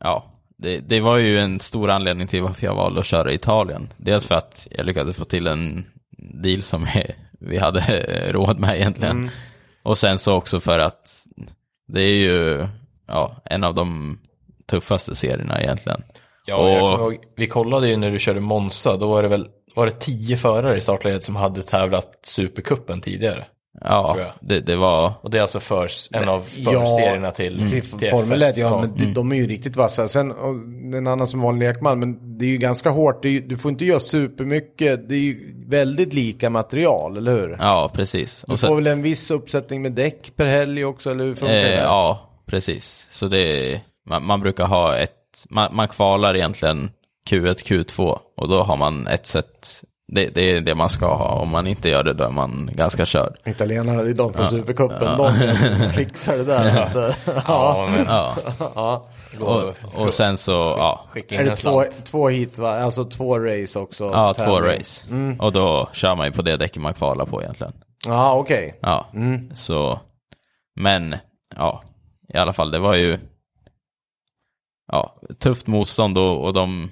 Speaker 3: ja, det, det var ju en stor anledning till varför jag valde att köra i Italien. Dels för att jag lyckades få till en deal som vi hade <laughs> råd med egentligen.
Speaker 2: Mm.
Speaker 3: Och sen så också för att det är ju, ja, en av de tuffaste serierna egentligen.
Speaker 2: Ja,
Speaker 3: och,
Speaker 2: jag kommer ihåg, vi kollade ju när du körde Monza, då var det väl var det tio förare i startledet som hade tävlat Supercupen tidigare.
Speaker 3: ja,
Speaker 2: tror jag.
Speaker 3: det, det var,
Speaker 2: Och det är alltså förs, en av
Speaker 1: Ja, Mm.
Speaker 2: förserierna till,
Speaker 1: Till
Speaker 3: Mm.
Speaker 2: till
Speaker 1: Formel
Speaker 2: F1.
Speaker 1: 1, ja, men de, de är ju riktigt vassa. Sen, och, en annan som var en lekman, men det är ju ganska hårt. Det är, ju- du får inte göra supermycket. Det är ju väldigt lika material, eller hur?
Speaker 3: ja, precis.
Speaker 1: Du
Speaker 3: Och sen-
Speaker 1: får väl en viss uppsättning med däck per helg också, eller hur funkar det?
Speaker 3: Eh, ja, precis. Så det, man, man brukar ha ett, man, man kvalar egentligen Q1, Q2 och då har man ett sätt, det, det är det man ska ha. Om man inte gör det då är man ganska körd.
Speaker 1: Italienarna, det är de från Supercupen. De
Speaker 3: <laughs>
Speaker 1: fixar det där. Att, eh,
Speaker 2: Ja, men
Speaker 3: Ja,
Speaker 1: ja.
Speaker 2: gå-
Speaker 3: och, och sen så, ja,
Speaker 2: skicka in
Speaker 1: Är det
Speaker 2: en
Speaker 1: två,
Speaker 2: slant.
Speaker 1: två hit, va? Alltså två race också?
Speaker 3: ja två
Speaker 1: tävling.
Speaker 3: race.
Speaker 1: Mm.
Speaker 3: Och då kör man ju på det däcket man kvalar på egentligen.
Speaker 1: Ja, okej.
Speaker 3: Ja,
Speaker 1: Mm.
Speaker 3: så, men ja, i alla fall det var ju ja, tufft motstånd och, och de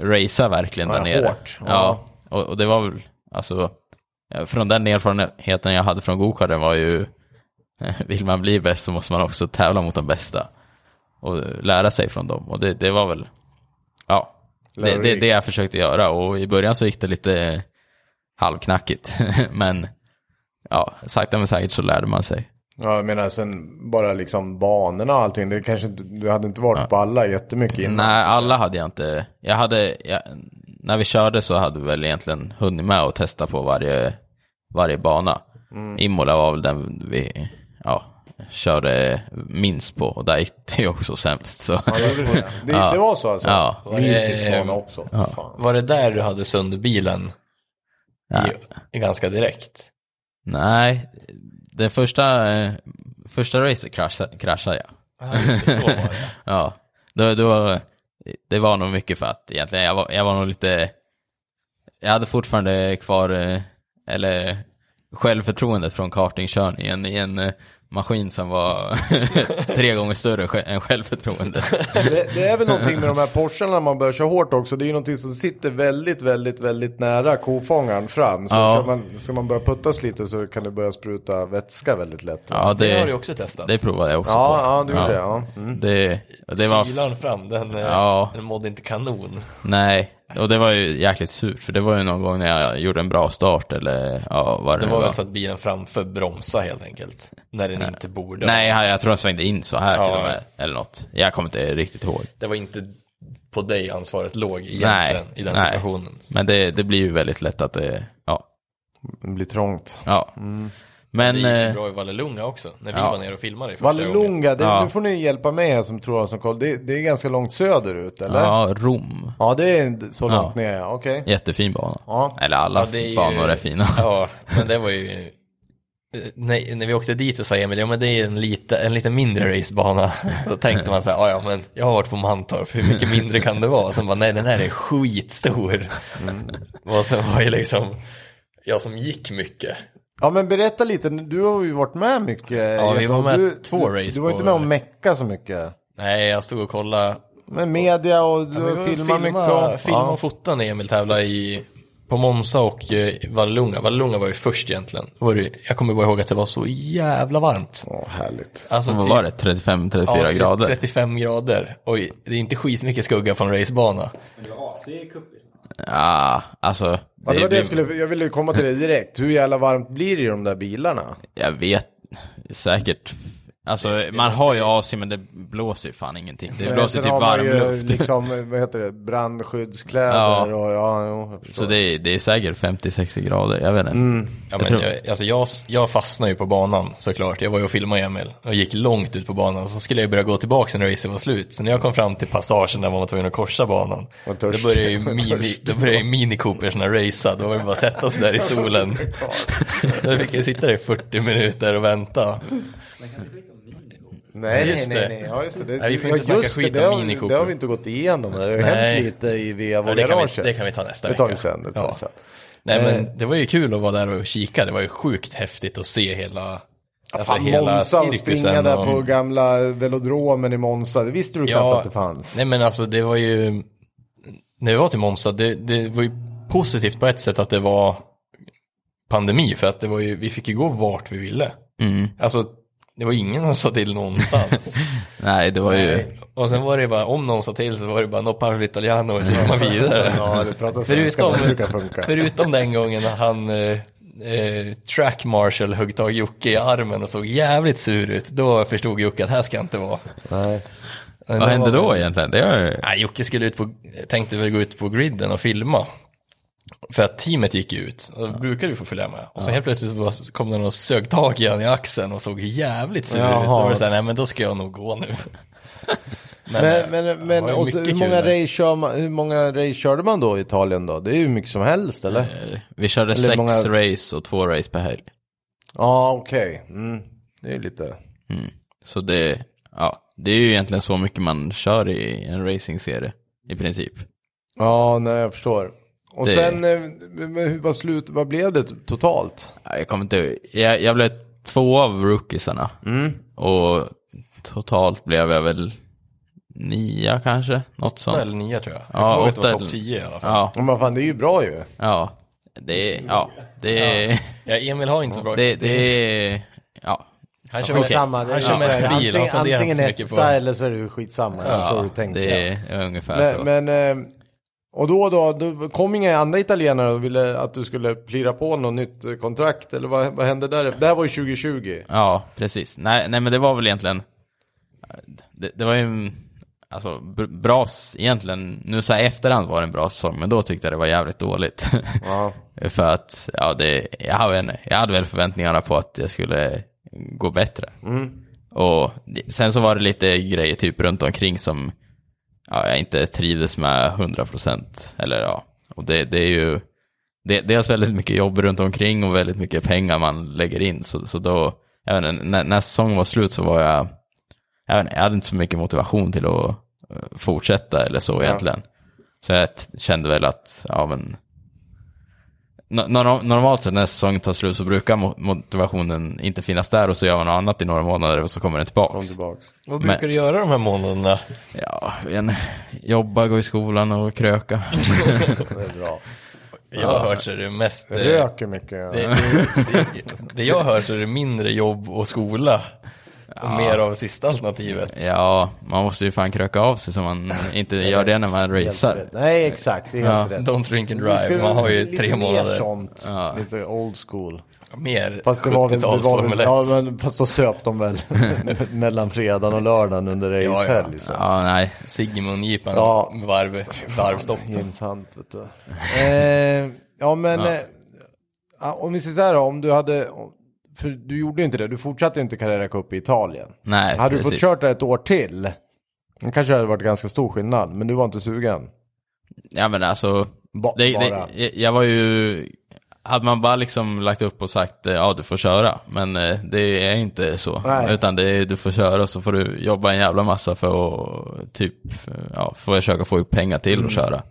Speaker 3: racear verkligen
Speaker 1: Ja,
Speaker 3: där nere.
Speaker 1: hårt,
Speaker 3: Ja,
Speaker 1: ja.
Speaker 3: och, och det var väl, alltså, eh, från den erfarenheten jag hade från gokarten var ju, <laughs> vill man bli bäst så måste man också tävla mot de bästa och eh, lära sig från dem. Och det, det var väl, ja, det, det,
Speaker 1: Lärorikt.
Speaker 3: det jag försökte göra. Och i början så gick det lite halvknackigt, <laughs> men ja, sakta men säkert så lärde man sig.
Speaker 1: Ja, jag menar sen bara liksom banorna och allting. Det kanske inte, du hade inte varit på alla jättemycket innan.
Speaker 3: Nej, alla hade jag inte. Jag hade, jag, när vi körde så hade vi väl egentligen hunnit med att testa på varje, varje bana.
Speaker 1: Mm.
Speaker 3: Imola var väl den vi ja, körde minst på och där gick det ju också sämst. Så.
Speaker 1: Ja, det, gjorde det. det, det var så alltså?
Speaker 3: Ja.
Speaker 1: Mytisk
Speaker 2: Var det-
Speaker 1: bana också. Fan.
Speaker 2: Var det där du hade sönder bilen?
Speaker 3: Nej.
Speaker 2: I, ganska direkt.
Speaker 3: Nej, det första, eh, första racet kraschade, kraschade jag.
Speaker 2: Ja, just det, så var det.
Speaker 3: <laughs> Ja, då, då, det var nog mycket för att egentligen, jag var, jag var nog lite, jag hade fortfarande kvar, eh, eller självförtroendet från kartingkörningen i en eh, maskin som var <laughs> tre gånger större sj- än självförtroendet.
Speaker 1: Det, det är väl någonting med de här Porscharna när man börjar köra hårt också. Det är ju någonting som sitter väldigt, väldigt, väldigt nära kofångaren fram. Så
Speaker 3: Ja.
Speaker 1: kör man, ska man börja puttas lite så kan det börja spruta vätska väldigt lätt. Ja,
Speaker 3: Ja,
Speaker 2: Det har du
Speaker 3: det,
Speaker 2: också testat.
Speaker 3: det provade jag också
Speaker 1: ja,
Speaker 3: på.
Speaker 1: du gjorde det. Ja. Mm.
Speaker 3: Det, det var,
Speaker 2: Kylan fram, den, eh,
Speaker 3: Ja.
Speaker 2: den mådde inte kanon.
Speaker 3: nej, Och det var ju jäkligt surt, för det var ju någon gång när jag gjorde en bra start eller ja, vad det,
Speaker 2: Det
Speaker 3: nu
Speaker 2: var väl så att bilen framför bromsa helt enkelt. När den inte borde.
Speaker 3: Nej, han- jag tror han svängde in så här
Speaker 2: Ja.
Speaker 3: till och med, eller något. Jag kommer inte riktigt ihåg.
Speaker 2: Det var inte på dig ansvaret låg egentligen i den
Speaker 3: nej.
Speaker 2: situationen.
Speaker 3: Men det, det blir ju väldigt lätt att det, ja.
Speaker 1: Det blir trångt.
Speaker 3: ja. Men,
Speaker 2: Mm. det gick ju
Speaker 3: eh,
Speaker 2: bra i Vallelunga också, när vi
Speaker 3: ja.
Speaker 2: var nere och filmade i första gången.
Speaker 1: Vallelunga, det,
Speaker 3: Ja.
Speaker 1: nu får ni hjälpa mig här som tror jag som koll. Det, det är ganska långt söderut eller? Ja,
Speaker 3: ja, Rom.
Speaker 1: det är så långt
Speaker 3: Ja.
Speaker 1: ner ja. Okej.
Speaker 3: Jättefin bana.
Speaker 1: Ja.
Speaker 3: Eller alla
Speaker 2: Ja, det är ju-
Speaker 3: banor är fina.
Speaker 2: <laughs> Ja, men det var ju... eh, Nej, när vi åkte dit så sa Emil, ja men det är en lite, en lite mindre racebana. <laughs> Då tänkte man så här, "Ja, ja men jag har varit på Mantorp, hur mycket mindre kan det vara? Sen bara, nej den här är skitstor.
Speaker 3: Mm.
Speaker 2: Och sen var ju liksom, jag som gick mycket.
Speaker 1: Ja men berätta lite, du har ju varit med mycket. Ja
Speaker 2: vi var med två
Speaker 1: du,
Speaker 2: race
Speaker 1: Du var inte
Speaker 2: på-
Speaker 1: med och mecka så mycket.
Speaker 2: Nej, jag stod och kollade
Speaker 1: Med media och du
Speaker 2: Vi
Speaker 1: har
Speaker 2: var-
Speaker 1: filmat mycket. Och,
Speaker 2: Filma
Speaker 1: ja.
Speaker 2: och fota när Emil tävlade i, på Monza och eh, Vallelunga. Vallelunga var ju först egentligen. Var det, jag kommer bara ihåg att det var så jävla varmt.
Speaker 1: Åh, härligt.
Speaker 2: Alltså,
Speaker 3: <laughs> Vad
Speaker 2: typ-
Speaker 3: var det? 35-34
Speaker 2: ja, typ tre-
Speaker 3: grader?
Speaker 2: 35 grader. Och det är inte skitmycket skugga från racebana.
Speaker 3: Ja, alltså.
Speaker 1: Ja, det var det
Speaker 3: blir-
Speaker 1: jag, skulle, jag ville komma till det direkt. Hur jävla varmt blir det i de där bilarna?
Speaker 3: Jag vet säkert. Alltså man har ju AC men det blåser ju fan ingenting. Det blåser
Speaker 1: Sen
Speaker 3: typ
Speaker 1: har man
Speaker 3: varm
Speaker 1: ju
Speaker 3: luft.
Speaker 1: Liksom, vad heter det, brandskyddskläder
Speaker 3: Ja.
Speaker 1: och ja, jo, jag
Speaker 3: Så
Speaker 1: förstår.
Speaker 3: det är, det är säkert 50-60 grader, jag vet inte.
Speaker 2: Ja,
Speaker 3: Jag
Speaker 2: men,
Speaker 3: tror-
Speaker 2: jag, alltså, jag, jag fastnade ju på banan såklart. Jag var ju och filmade Emil och gick långt ut på banan. Så skulle jag ju börja gå tillbaka när racet var slut. Så när jag kom fram till passagen där man var tvungen att korsa banan.
Speaker 1: Vad
Speaker 2: Då
Speaker 1: törstig-
Speaker 2: började ju
Speaker 1: vad
Speaker 2: mini,
Speaker 1: törstig
Speaker 2: då började ju mini Coopersna racea. Då var det bara att sätta sig
Speaker 1: <laughs>
Speaker 2: där i solen. Då fick jag sitta där i 40 minuter och vänta.
Speaker 1: Nej,
Speaker 2: Just
Speaker 1: nej,
Speaker 2: det.
Speaker 1: nej, ja just det. det
Speaker 2: Nej, vi får
Speaker 1: ja,
Speaker 2: inte snacka
Speaker 1: just
Speaker 2: skit
Speaker 1: det, det
Speaker 2: om
Speaker 1: har-
Speaker 2: Mini Cooper.
Speaker 1: Det har vi inte gått igenom. Det har ju
Speaker 2: Nej.
Speaker 1: hänt lite i veva
Speaker 2: Ja,
Speaker 1: och
Speaker 2: det, kan vi,
Speaker 1: garaget.
Speaker 2: det kan vi ta nästa
Speaker 1: Det
Speaker 2: vecka.
Speaker 1: tar vi sen, det tar vi sen.
Speaker 2: Nej
Speaker 1: Eh.
Speaker 2: men det var ju kul att vara där och kika. Det var ju sjukt häftigt att se hela, alltså,
Speaker 1: Fan, Monza och springa där
Speaker 2: och-
Speaker 1: på gamla velodromen i Monza. Det visste du knappt att det fanns.
Speaker 2: Nej men alltså det var ju, när vi var till Monza, det, det var ju positivt på ett sätt att det var pandemi för att det var ju, vi fick ju gå vart vi ville. Alltså det var ingen som sa till någonstans.
Speaker 3: Nej, det var ju...
Speaker 2: och sen var det bara, om någon sa till så var det bara no parlo italiano och så gick man vidare.
Speaker 1: Ja, det pratar svenska,
Speaker 2: förutom,
Speaker 1: det brukar funka.
Speaker 2: förutom den gången när han eh, eh, track marshal högg tag i Jocke i armen och såg jävligt sur ut, då förstod Jocke att här ska jag inte vara.
Speaker 1: Nej.
Speaker 2: Men
Speaker 3: Vad hände
Speaker 2: var-
Speaker 3: då egentligen? Det är ju...
Speaker 2: Nej, Jocke skulle ut på, tänkte väl gå ut på griden och filma. För att teamet gick ju ut, och då brukade vi få följa med. Och sen helt plötsligt så bara kom det någon och sög tag i han i axeln och såg jävligt sur ut. Då
Speaker 1: Jaha.
Speaker 2: var det så här, nej men då ska jag nog gå nu. men,
Speaker 1: <laughs> Men, men,
Speaker 2: det
Speaker 1: men
Speaker 2: var ju
Speaker 1: och så,
Speaker 2: mycket
Speaker 1: hur, många
Speaker 2: kul där.
Speaker 1: race kör man, hur många race körde man då i Italien då? Det är ju mycket som helst eller?
Speaker 2: Eh.
Speaker 3: Vi körde
Speaker 1: Eller
Speaker 3: sex
Speaker 1: många-
Speaker 3: race och två race per helg.
Speaker 1: Ja, okej. Mm. Det är ju lite...
Speaker 3: Så det, ja, det är ju egentligen så mycket man kör i en racingserie i princip.
Speaker 1: Ja, nej jag förstår. Och
Speaker 3: Det-
Speaker 1: sen, eh, men hur var slut, vad blev det totalt?
Speaker 3: Ja, Jag kommer inte jag, jag blev två av rookiesarna. Och totalt blev jag väl nia kanske, något
Speaker 2: Åtta
Speaker 3: sånt.
Speaker 2: eller nio tror jag.
Speaker 3: Ja,
Speaker 2: jag kommer ihåg att det
Speaker 3: åtta
Speaker 2: var
Speaker 3: eller-
Speaker 2: topp 10 i alla fall.
Speaker 3: Ja,
Speaker 1: Ja, Men fan det är ju bra ju.
Speaker 3: ja. Det är, ja, det är,
Speaker 2: Ja, Emil har inte så bra...
Speaker 3: <laughs> det, det är, ja.
Speaker 2: han kör mest, han kör mest bil, han
Speaker 1: alltså, antingen
Speaker 2: funderar inte så
Speaker 1: antingen
Speaker 2: mycket på...
Speaker 1: etta eller så är det ju skitsamma. Jag förstår hur
Speaker 3: ja
Speaker 1: du tänker.
Speaker 3: det är ungefär
Speaker 2: Alltså.
Speaker 3: så.
Speaker 1: Men, men, eh, och då, då, då kom inga andra italienare och ville att du skulle plira på något nytt eh, kontrakt eller vad, vad hände där? Det här var ju 2020.
Speaker 3: Ja, precis. Nej, nej men det var väl egentligen, det, det var ju en- alltså, br- bra, s- egentligen, nu så här i efterhand var det en bra säsong, men då tyckte jag det var jävligt dåligt. <laughs>
Speaker 1: Ja.
Speaker 3: För att, ja, det, jag, vet inte, jag hade väl förväntningarna på att jag skulle gå bättre.
Speaker 1: Mm.
Speaker 3: Och det- sen så var det lite grejer typ runt omkring som ja, jag inte trivdes med 100%. Eller ja, och det, det är ju det, dels väldigt mycket jobb runt omkring och väldigt mycket pengar man lägger in. Så, så då, jag vet inte, när, när säsongen var slut så var jag, jag, vet inte, jag hade inte så mycket motivation till att eh, fortsätta eller så egentligen. Så jag t- kände väl att, ja men, No- nor- normalt sett när säsongen tar slut så brukar mo- motivationen inte finnas där och så gör man något annat i några månader och så kommer den
Speaker 1: Kom
Speaker 3: tillbaks.
Speaker 1: tillbaks.
Speaker 2: Vad brukar du göra de här månaderna?
Speaker 3: Ja, en, jobba, gå i skolan och kröka.
Speaker 1: Det är bra.
Speaker 2: Jag har hört så är det mest... eh,
Speaker 1: Röker mycket.
Speaker 2: Det, det, det jag har hört så är det mindre jobb och skola. Och mer av sista alternativet.
Speaker 3: Ja, man måste ju fan kröka av sig så man inte gör det när man racear.
Speaker 1: Nej, exakt. Det är helt rätt.
Speaker 2: Don't drink and
Speaker 1: Vi
Speaker 2: drive,
Speaker 1: ska-
Speaker 2: man har ju
Speaker 1: lite
Speaker 2: tre
Speaker 1: Mer
Speaker 2: månader.
Speaker 1: sånt. Lite old school.
Speaker 2: Mer
Speaker 1: Fast det var väl, det var väl,
Speaker 2: 70-tals
Speaker 1: ja,
Speaker 2: Formel 1.
Speaker 1: men, fast då söp de
Speaker 2: <laughs>
Speaker 1: väl mellan fredagen och lördagen under
Speaker 2: ja.
Speaker 1: racehelg. så.
Speaker 3: Ja, nej.
Speaker 2: Sigmund-jeepan,
Speaker 1: Ja.
Speaker 2: varv, varvstopp.
Speaker 1: James Hunt, vet du. eh, ja, men eh, ja, om vi säger så här då, om du hade, för du gjorde ju inte det, du fortsatte ju inte Carrera Cup i Italien.
Speaker 3: Nej,
Speaker 1: hade du fått
Speaker 3: precis.
Speaker 1: kört där ett år till, det kanske hade varit ganska stor skillnad, men du var inte sugen.
Speaker 3: Ja men alltså,
Speaker 1: Ba-
Speaker 3: det,
Speaker 1: bara.
Speaker 3: det, jag var ju, hade man bara liksom lagt upp och sagt eh, ja du får köra, men eh, det är inte så.
Speaker 1: Nej.
Speaker 3: Utan det är, du får köra och så får du jobba en jävla massa för att typ, ja, får jag försöka få ihop pengar till
Speaker 1: Mm.
Speaker 3: att köra.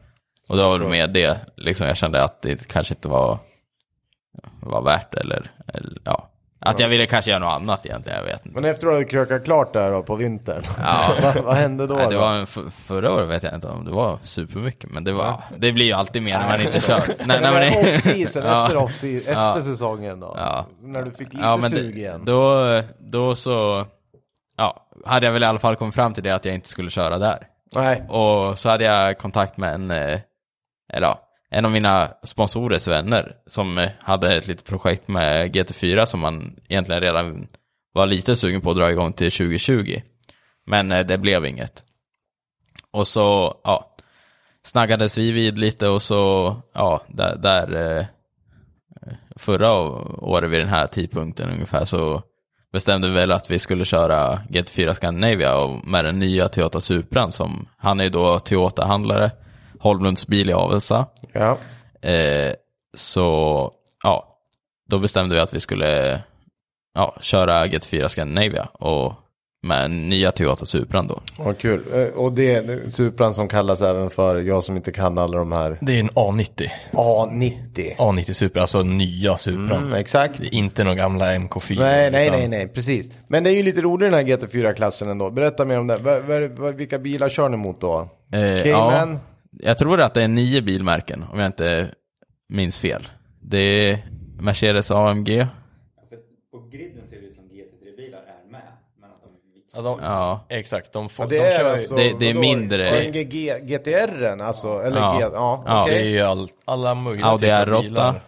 Speaker 3: Och då var det med det, liksom jag kände att det kanske inte var, var värt eller, eller ja. Att jag ville kanske göra något annat egentligen, jag vet inte.
Speaker 1: Men efter att du hade krökat klart där då på vintern, <laughs> vad, vad hände då?
Speaker 3: Nej, det
Speaker 1: då?
Speaker 3: var, för, förra året vet jag inte om det var supermycket, men det, var, det blir ju alltid mer när man inte
Speaker 1: <laughs>
Speaker 3: kör. Nej, när man
Speaker 1: Men
Speaker 3: är-
Speaker 1: off-season,
Speaker 3: <laughs> Ja.
Speaker 1: efter, off-season, efter säsongen då? När du fick lite sug
Speaker 3: det-
Speaker 1: igen?
Speaker 3: Då, då så, ja, hade jag väl i alla fall kommit fram till det att jag inte skulle köra där.
Speaker 1: Nej.
Speaker 3: Och så hade jag kontakt med en, eh, eller ja, en av mina sponsorers vänner som eh, hade ett litet projekt med GT4 som man egentligen redan var lite sugen på att dra igång till 2020. Men eh, det blev inget. Och så, ja, snaggades vi vid lite och så, ja, där, där eh, förra året vid den här tidpunkten ungefär så bestämde vi väl att vi skulle köra GT4 Scandinavia och med den nya Toyota Supran som, han är ju då Toyota-handlare, Holmlunds bil i Avesta.
Speaker 1: Ja.
Speaker 3: Eh, så ja, då bestämde vi att vi skulle ja, köra GT4 Scandinavia och med den nya Toyota Supran då.
Speaker 1: Vad kul. Eh, Och det är Supran som kallas även för, jag som inte kan alla de här,
Speaker 2: Det är en A90.
Speaker 1: A90.
Speaker 2: A90 Supra, alltså nya Supran.
Speaker 1: Mm, exakt.
Speaker 2: Det är inte någon gamla MK4.
Speaker 1: Nej, nej,
Speaker 3: Liksom.
Speaker 2: utan
Speaker 1: nej, nej, precis. Men det är ju lite rolig den här GT4-klassen ändå. Berätta mer om det. Va- va- va- vilka bilar kör ni mot då?
Speaker 3: Eh,
Speaker 1: Cayman?
Speaker 3: ja, jag tror att det är nio bilmärken om jag inte minns fel. Det är Mercedes AMG,
Speaker 4: För på griden ser det ut som GT3-bilar är med, men att de är viktiga.
Speaker 2: Ja, de,
Speaker 3: ja.
Speaker 2: Exakt, de, får,
Speaker 1: Ja,
Speaker 2: de kör ju-
Speaker 3: det- det är
Speaker 1: alltså vadå?
Speaker 3: mindre.
Speaker 1: NGG, GTR-en alltså? Eller
Speaker 3: Ja.
Speaker 1: G, ja,
Speaker 3: Ja,
Speaker 2: Det
Speaker 1: okej.
Speaker 2: är ju all, alla möjliga
Speaker 3: Audi
Speaker 2: typer av
Speaker 3: R8,
Speaker 2: bilar.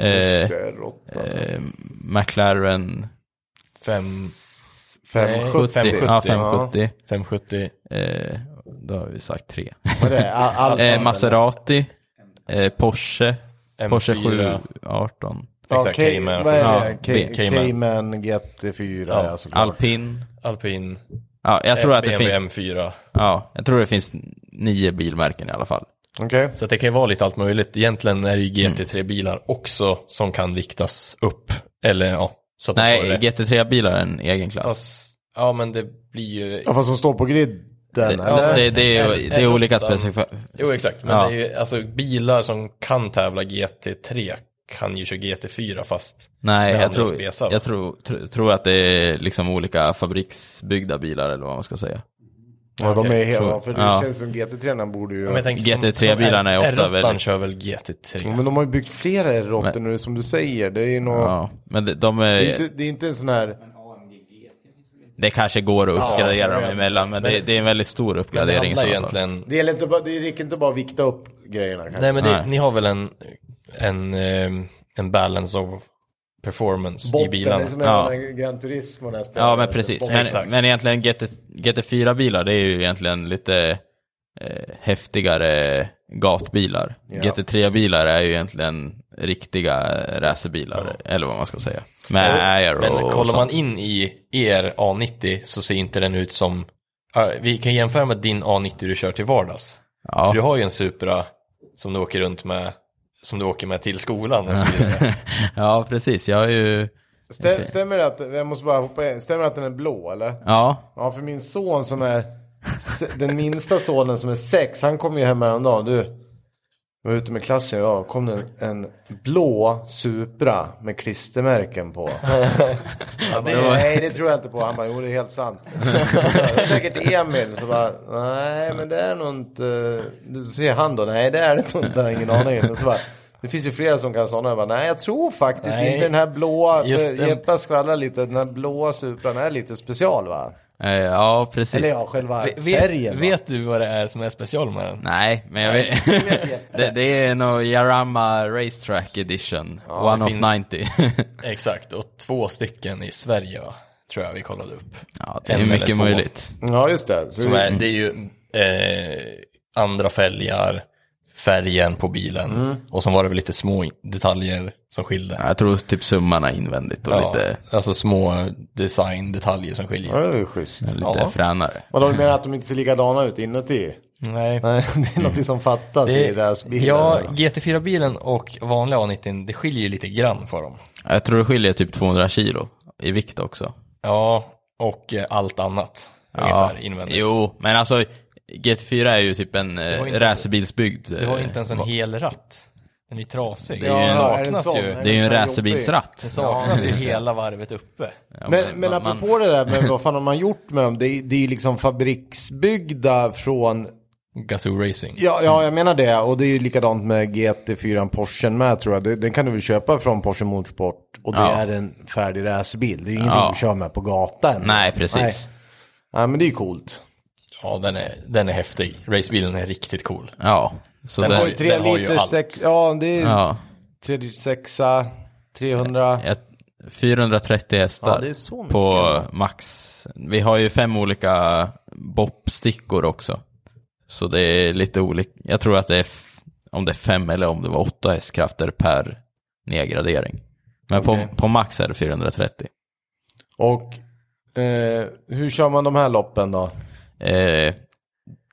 Speaker 3: eh,
Speaker 1: Just det, råtta.
Speaker 3: eh, McLaren
Speaker 2: Fem, nej,
Speaker 1: 570.
Speaker 2: 570.
Speaker 3: eh, ja, 570.
Speaker 2: 570.
Speaker 3: Eh, då har vi sagt
Speaker 1: <laughs>
Speaker 3: tre.
Speaker 1: Vad är det? Al- Alfa,
Speaker 3: eh,
Speaker 1: eller?
Speaker 3: Maserati, eh, Porsche,
Speaker 2: M4.
Speaker 3: Porsche 718,
Speaker 1: Ja,
Speaker 2: Exakt,
Speaker 1: Cay-
Speaker 2: Cayman.
Speaker 1: Vad är
Speaker 2: Ja,
Speaker 1: det?
Speaker 3: B-
Speaker 1: Cay-
Speaker 2: Cayman.
Speaker 1: Cayman GT4. Ja, såklart.
Speaker 3: Alpin.
Speaker 2: Alpin.
Speaker 3: Ja, jag tror att det
Speaker 2: BMW
Speaker 3: finns,
Speaker 2: M4.
Speaker 3: ja, jag tror det finns nio bilmärken i alla fall.
Speaker 1: Okej.
Speaker 2: Så att det kan ju vara lite allt möjligt. Egentligen är det ju
Speaker 3: Mm.
Speaker 2: GT3-bilar också som kan viktas upp. Eller ja, så att de får
Speaker 3: Nej,
Speaker 2: rätt.
Speaker 3: GT3-bilar är en egen klass.
Speaker 2: Fast- Ja, men det blir ju...
Speaker 1: Ja, fast som står på griden, eller?
Speaker 3: Ja, det, det, är, ju- det är olika specifika.
Speaker 2: Jo, exakt. Men
Speaker 3: Ja.
Speaker 2: det är ju, alltså bilar som kan tävla GT3 kan ju köra GT4 fast
Speaker 3: Nej,
Speaker 2: med
Speaker 3: jag
Speaker 2: andra
Speaker 3: tror,
Speaker 2: spesar.
Speaker 3: jag tror, tr- tror att det är liksom olika fabriksbyggda bilar eller vad man ska säga.
Speaker 1: Ja, de är hela,
Speaker 3: Så-
Speaker 1: för det
Speaker 3: ja.
Speaker 1: känns som GT3 borde ju...
Speaker 2: Men jag tänker som-
Speaker 3: GT3-bilarna är
Speaker 2: som
Speaker 3: ofta
Speaker 2: R8
Speaker 3: väldigt-
Speaker 2: kör väl
Speaker 1: Ja,
Speaker 2: GT3.
Speaker 1: men de har ju byggt flera R8 nu som du säger. Det är ju något...
Speaker 3: Ja, men de, de är,
Speaker 1: Det, är inte, det är inte en sån här...
Speaker 3: det kanske går att uppgradera
Speaker 1: jag
Speaker 3: dem
Speaker 1: vet.
Speaker 3: emellan, men, det, det är en väldigt stor
Speaker 2: Men det
Speaker 3: uppgradering.
Speaker 2: handlar ju
Speaker 3: i så fall.
Speaker 2: egentligen...
Speaker 1: Det, gäller inte bara, det räcker inte bara att vikta upp grejerna kanske.
Speaker 2: Nej, men det,
Speaker 3: Nej.
Speaker 2: ni har väl en, en, eh, en balance of performance i bilarna?
Speaker 1: det är som en
Speaker 3: Ja.
Speaker 1: annan Gran Turismo när jag spelar.
Speaker 3: Ja, men precis.
Speaker 1: Botten.
Speaker 3: Men,
Speaker 2: Exakt.
Speaker 3: men egentligen GT, GT4-bilar, det är ju egentligen lite eh, häftigare gatbilar.
Speaker 1: Ja.
Speaker 3: GT3-bilar är ju egentligen riktiga racerbilar, eller vad man ska säga. Med air och,
Speaker 2: Men
Speaker 3: och
Speaker 2: kollar
Speaker 3: sånt.
Speaker 2: man in i er A90 så ser inte den ut som... Ja, Vi kan jämföra med din A90 du kör till vardags.
Speaker 3: Ja.
Speaker 2: För du har ju en Supra som du åker runt med, som du åker med till skolan och
Speaker 1: <laughs>
Speaker 2: så vidare.
Speaker 3: ja, precis. Jag är ju...
Speaker 1: Stä, Stämmer det att, jag måste bara hoppa in. Stämmer det att den är blå eller?
Speaker 3: Ja,
Speaker 1: Ja, för min son som är, se- den minsta sonen som är sex, han kom ju hem häromdagen. Du, jag var ute med klassen idag, kom det en, en blå Supra med klistermärken
Speaker 2: <laughs>
Speaker 1: på. Jag bara, Nej, det tror jag inte på. Han bara, jo det är helt sant. Det är säkert Emil. Så bara, nej men det är nog inte. Så ser han då, nej det är det nog inte, jag har ingen aning. Och så bara, Det finns ju flera som kan ha sådana. Jag bara, nej jag tror faktiskt
Speaker 2: Nej.
Speaker 1: inte den här blåa.
Speaker 2: Just det.
Speaker 1: Jeppa skvallrar lite. Den här blåa Supran är lite special va?
Speaker 3: Eh, ja, precis.
Speaker 1: Eller ja, själva
Speaker 2: Ve- Vet,
Speaker 1: färgen. va?
Speaker 2: vet du vad det är som är special med den?
Speaker 3: Nej, men jag vet. <laughs> det, det är nog Yarama Racetrack Edition. One of
Speaker 2: fin-
Speaker 3: 90.
Speaker 2: Exakt, och två stycken i Sverige va? tror jag vi kollade upp.
Speaker 3: ja, <laughs> det är
Speaker 2: En eller
Speaker 3: mycket
Speaker 2: två.
Speaker 3: möjligt.
Speaker 1: Ja just det. Så
Speaker 2: Som
Speaker 1: vi-
Speaker 2: är, det är ju eh, andra fälgar, färgen på bilen och sen var det väl lite små detaljer som skilde.
Speaker 3: Ja, Jag tror typ summarna invändigt och lite,
Speaker 2: Alltså små designdetaljer som skiljer.
Speaker 1: Ja, det är ju schysst.
Speaker 3: lite
Speaker 2: Ja.
Speaker 3: fränare.
Speaker 1: Vadå, du menar att de inte ser likadana ut inuti? Nej,
Speaker 2: Nej.
Speaker 1: <laughs> det är något som fattas i racerbilen.
Speaker 2: ja, GT4-bilen och vanliga A90, det skiljer ju lite grann på dem.
Speaker 3: Jag tror det skiljer typ 200 kilo i vikt också.
Speaker 2: Ja, och eh, allt annat. Ungefär invändigt.
Speaker 3: Jo, men alltså GT4 är ju typ en eh,
Speaker 2: var inte ens-
Speaker 3: racerbilsbygd.
Speaker 2: Du har ju
Speaker 3: eh,
Speaker 2: inte ens en hel ratt. Den är ju trasig.
Speaker 1: Ja,
Speaker 2: det
Speaker 1: är det
Speaker 2: saknas
Speaker 1: sån?
Speaker 2: ju.
Speaker 1: Är
Speaker 3: eh, Det är ju en
Speaker 1: sån här
Speaker 2: Det
Speaker 3: racerbilsratt.
Speaker 2: saknas ju hela varvet uppe.
Speaker 3: Ja,
Speaker 1: Men, men
Speaker 3: man- man-
Speaker 1: apropå det där med vad fan har man gjort med dem? Det, är- det är ju liksom fabriksbyggda från...
Speaker 2: Gazoo Racing.
Speaker 1: Ja, ja, jag menar det. Och det är ju likadant med GT4 Porschen med tror jag. Det- Den kan du väl köpa från Porsche Motorsport. Och det
Speaker 3: Ja.
Speaker 1: är en färdig racerbil. Det är ju ingenting
Speaker 3: Ja.
Speaker 1: du kör med på gatan.
Speaker 3: Nej, precis.
Speaker 1: Nej. Nej, men det är ju coolt.
Speaker 2: Ja, den är, den är häftig. Racebilen är riktigt cool.
Speaker 3: Ja, så
Speaker 2: Den
Speaker 3: det,
Speaker 2: har
Speaker 1: Den har
Speaker 2: ju
Speaker 1: ju tre
Speaker 2: allt.
Speaker 1: liter sex... Ja, det är
Speaker 3: ja,
Speaker 1: tre liter sexa, 300...
Speaker 3: ett, 430 hästar
Speaker 1: Ja, det är så mycket.
Speaker 3: på max. Vi har ju fem olika boppstickor också. Så det är lite olika. Jag tror att det är f- om det är fem eller om det var åtta hästkrafter per nedgradering. Men på, på max är det 430.
Speaker 1: Och eh, hur kör man de här loppen då?
Speaker 3: Eh,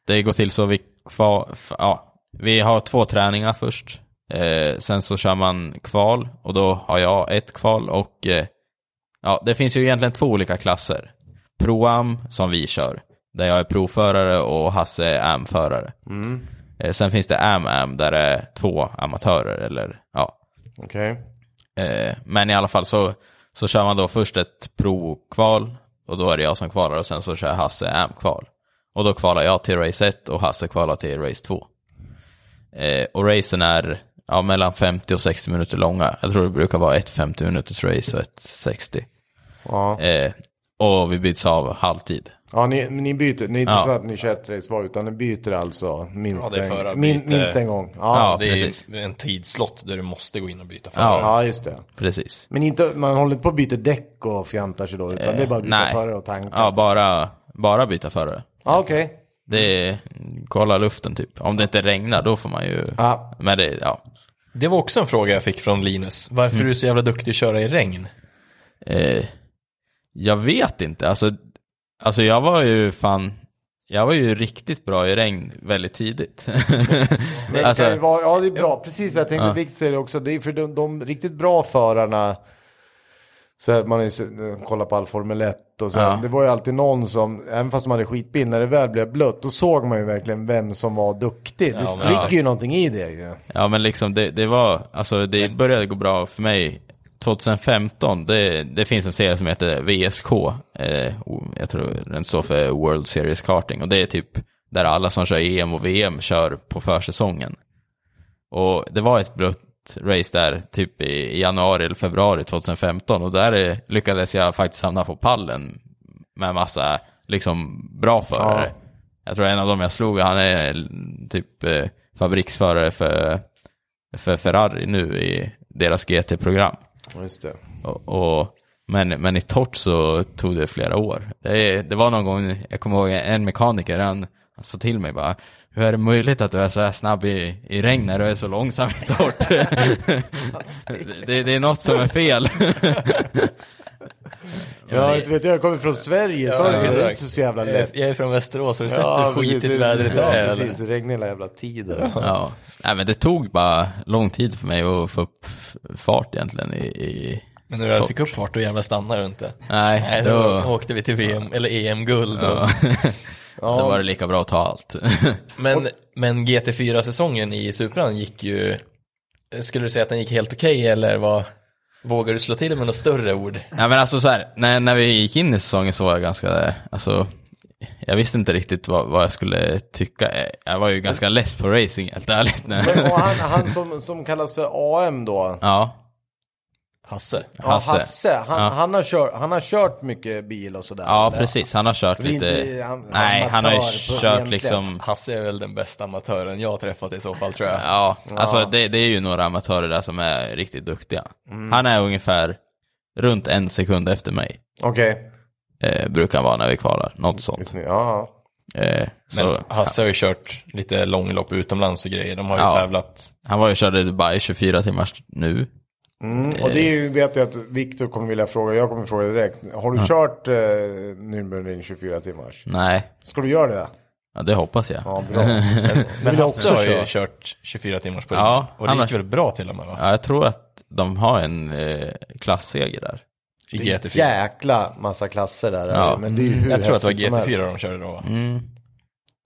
Speaker 3: det går till så vi kvar, f- ja, vi har två träningar först. Eh, sen så kör man kval och då har jag ett kval och eh, ja, det finns ju egentligen två olika klasser. Proam som vi kör, där jag är provförare och Hasse är am-förare. Eh, sen finns det am-am där det är två amatörer eller ja,
Speaker 1: Okej.
Speaker 3: Eh, men i alla fall så, så kör man då först ett provkval och då är det jag som kvalar och sen så kör Hasse AM-kval. Och då kvalar jag till race 1 och Hasse kvalar till race 2. Eh, och racen är ja, mellan 50 och 60 minuter långa. Jag tror det brukar vara ett 50 minuters race och ett 60.
Speaker 1: Ja.
Speaker 3: Eh, och vi byts av halvtid.
Speaker 1: Ja, ni, ni byter. Ni är inte
Speaker 3: Ja.
Speaker 1: så att ni kör ett race var, utan ni byter alltså minst,
Speaker 2: Ja, det är
Speaker 1: en,
Speaker 2: förarbyte.
Speaker 1: min, minst en gång. Ja.
Speaker 3: Ja.
Speaker 1: Ja.
Speaker 2: det är
Speaker 3: precis.
Speaker 2: ju en tidslott där du måste gå in och byta förare.
Speaker 3: Ja.
Speaker 1: just det.
Speaker 3: Precis.
Speaker 1: Men inte, man håller inte på att byta däck och fjantar sig då, utan det är bara att byta
Speaker 3: nej.
Speaker 1: förare och tanka.
Speaker 3: Ja, bara, bara byta förare.
Speaker 1: Ja, okej.
Speaker 3: Det är, kolla luften typ. Om det inte regnar då får man ju...
Speaker 1: Ja.
Speaker 3: Men det, ja.
Speaker 2: Det var också en fråga jag fick från Linus. Varför
Speaker 3: Mm.
Speaker 2: är du så jävla duktig att köra i regn?
Speaker 3: Eh, jag vet inte. Alltså, alltså jag var ju fan... Jag var ju riktigt bra i regn väldigt tidigt. <laughs>
Speaker 1: Men eh, det
Speaker 3: alltså,
Speaker 1: kan ju vara, ja, det är bra. Precis vad jag tänkte Vikt säger det också. Det är för de, de riktigt bra förarna, så här, man är, så- kollar på all Formel 1 och så. här,
Speaker 3: Ja.
Speaker 1: Det var ju alltid någon som, även fast man hade skitbil, när det väl blev blött, då såg man ju verkligen vem som var duktig. Det
Speaker 2: Ja, men-
Speaker 1: ligger ju någonting i det ju.
Speaker 3: ja men liksom det, det var... Alltså det började gå bra för mig 2015. Det, det finns en serie som heter VSK. Eh, o- jag tror den står för World Series Karting. Och det är typ där alla som kör EM och VM kör på försäsongen. Och det var ett blött race där typ i i januari eller februari 2015 och där eh, lyckades jag faktiskt hamna på pallen med massa liksom bra förare. Jag tror en av dem jag slog, han är eh, typ eh, fabriksförare för, för Ferrari nu i deras GT-program.
Speaker 1: Just det.
Speaker 3: Och, och, men, men i torrt så tog det flera år. Det, det var någon gång, jag kommer ihåg en mekaniker, han, han sa till mig bara, hur är det möjligt att du är så här snabb i, i regn när du är så långsam i torrt? <laughs> Det- det, det är något som är fel.
Speaker 1: Ja, inte vet jag, jag kommer från Sverige, så det är inte så jävla lätt.
Speaker 2: Eh, Jag är från Västerås, har du sett hur
Speaker 1: precis,
Speaker 2: skitigt
Speaker 1: det-
Speaker 2: vädret
Speaker 1: ja,
Speaker 2: är? eller?
Speaker 1: precis. Det regnar hela jävla tiden.
Speaker 3: Ja. Nej, men det tog bara lång tid för mig att få upp fart egentligen i, i
Speaker 2: Men när du väl fick upp fart, då jävlar stannar du inte.
Speaker 3: Nej,
Speaker 2: Nej då,
Speaker 3: då,
Speaker 2: åkte vi till VM, eller E EM-guld. och-
Speaker 3: då var det lika bra att ta allt. <laughs>
Speaker 2: Men, men GT4-säsongen i Supran gick ju, skulle du säga att den gick helt okej eller vad? Vågar du slå till med något större ord?
Speaker 3: Nej men alltså så här, när, när vi gick in i säsongen så var jag ganska, alltså, jag visste inte riktigt vad, vad jag skulle tycka. Jag var ju ganska less på racing helt ärligt.
Speaker 1: Men, och han, han som, som kallas för AM då.
Speaker 3: ja,
Speaker 2: Hasse.
Speaker 3: Hasse.
Speaker 1: Ja, Hasse. Han,
Speaker 3: Ja.
Speaker 1: han, har kört, han har kört mycket bil och sådär.
Speaker 3: ja
Speaker 1: eller?
Speaker 3: precis. Han har kört
Speaker 1: Så det är
Speaker 3: lite...
Speaker 1: inte han-
Speaker 3: nej, han har ju
Speaker 1: amatör på-
Speaker 3: kört
Speaker 1: egentligen.
Speaker 3: liksom...
Speaker 2: Hasse är väl den bästa amatören jag har träffat i så fall tror jag.
Speaker 3: Ja, alltså det, det är ju några amatörer där som är riktigt duktiga.
Speaker 1: Mm.
Speaker 3: Han är ungefär runt en sekund efter mig.
Speaker 1: Okej.
Speaker 3: Eh, brukar han vara när vi kvalar, något sånt.
Speaker 1: Snyggt. Ja.
Speaker 3: Eh,
Speaker 2: Men
Speaker 3: så,
Speaker 2: Hasse har ju kört lite långlopp utomlands och grejer. De har ju
Speaker 3: Ja.
Speaker 2: tävlat.
Speaker 3: han var ju och körde Dubai 24 timmars nu. Eh.
Speaker 1: Mm, och det är ju, vet jag att Viktor kommer vilja fråga, jag kommer fråga direkt. Har du kört eh, Nürburgring 24 timmars?
Speaker 3: Nej,
Speaker 1: Ska du göra det?
Speaker 3: ja, det hoppas jag.
Speaker 1: Ja,
Speaker 3: <laughs>
Speaker 1: bra. Det vill jag också
Speaker 2: Hasse har
Speaker 1: köra.
Speaker 2: ju kört 24 timmars på
Speaker 3: Ja,
Speaker 2: Och det
Speaker 3: han
Speaker 2: gick
Speaker 3: har-
Speaker 2: väl bra till och med va?
Speaker 3: Ja, jag tror att de har en eh, klassseger där.
Speaker 2: I
Speaker 1: Det är
Speaker 2: GT4.
Speaker 1: jäkla massa klasser där.
Speaker 3: Ja.
Speaker 1: Men det är ju hur
Speaker 2: Jag tror att det var
Speaker 1: häftigt som
Speaker 2: GT4
Speaker 1: helst.
Speaker 2: de körde då va?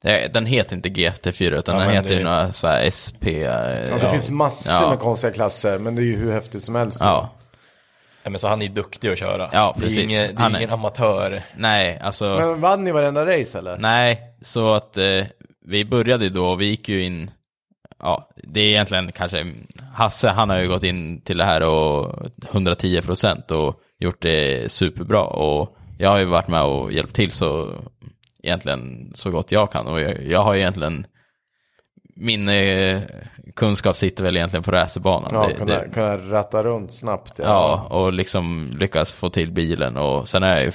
Speaker 3: Eh, Den heter inte GT4 utan
Speaker 2: Ja,
Speaker 3: den
Speaker 2: men
Speaker 3: heter
Speaker 2: det-
Speaker 3: ju några så här SP... eh,
Speaker 1: Ja, det finns massor
Speaker 3: Ja.
Speaker 1: med konstiga klasser, men det är ju hur häftigt som helst.
Speaker 3: ja.
Speaker 2: Nej, men så han är duktig att köra.
Speaker 3: Ja,
Speaker 2: Det är,
Speaker 3: precis.
Speaker 2: ingen, det
Speaker 3: Han
Speaker 2: är
Speaker 3: är-
Speaker 2: ingen amatör.
Speaker 3: Nej, alltså...
Speaker 1: Men vann ni varenda race eller?
Speaker 3: Nej, så att eh, vi började ju då och vi gick ju in, ja, det är egentligen kanske, Hasse han har ju gått in till det här och 110 procent och gjort det superbra och jag har ju varit med och hjälpt till så egentligen så gott jag kan och jag, jag har ju egentligen min eh, kunskap sitter väl egentligen på racerbanan.
Speaker 1: Ja,
Speaker 3: Det-
Speaker 1: kunna,
Speaker 3: det-
Speaker 1: kunna ratta runt snabbt.
Speaker 3: Ja, och liksom lyckas få till bilen och sen har jag ju,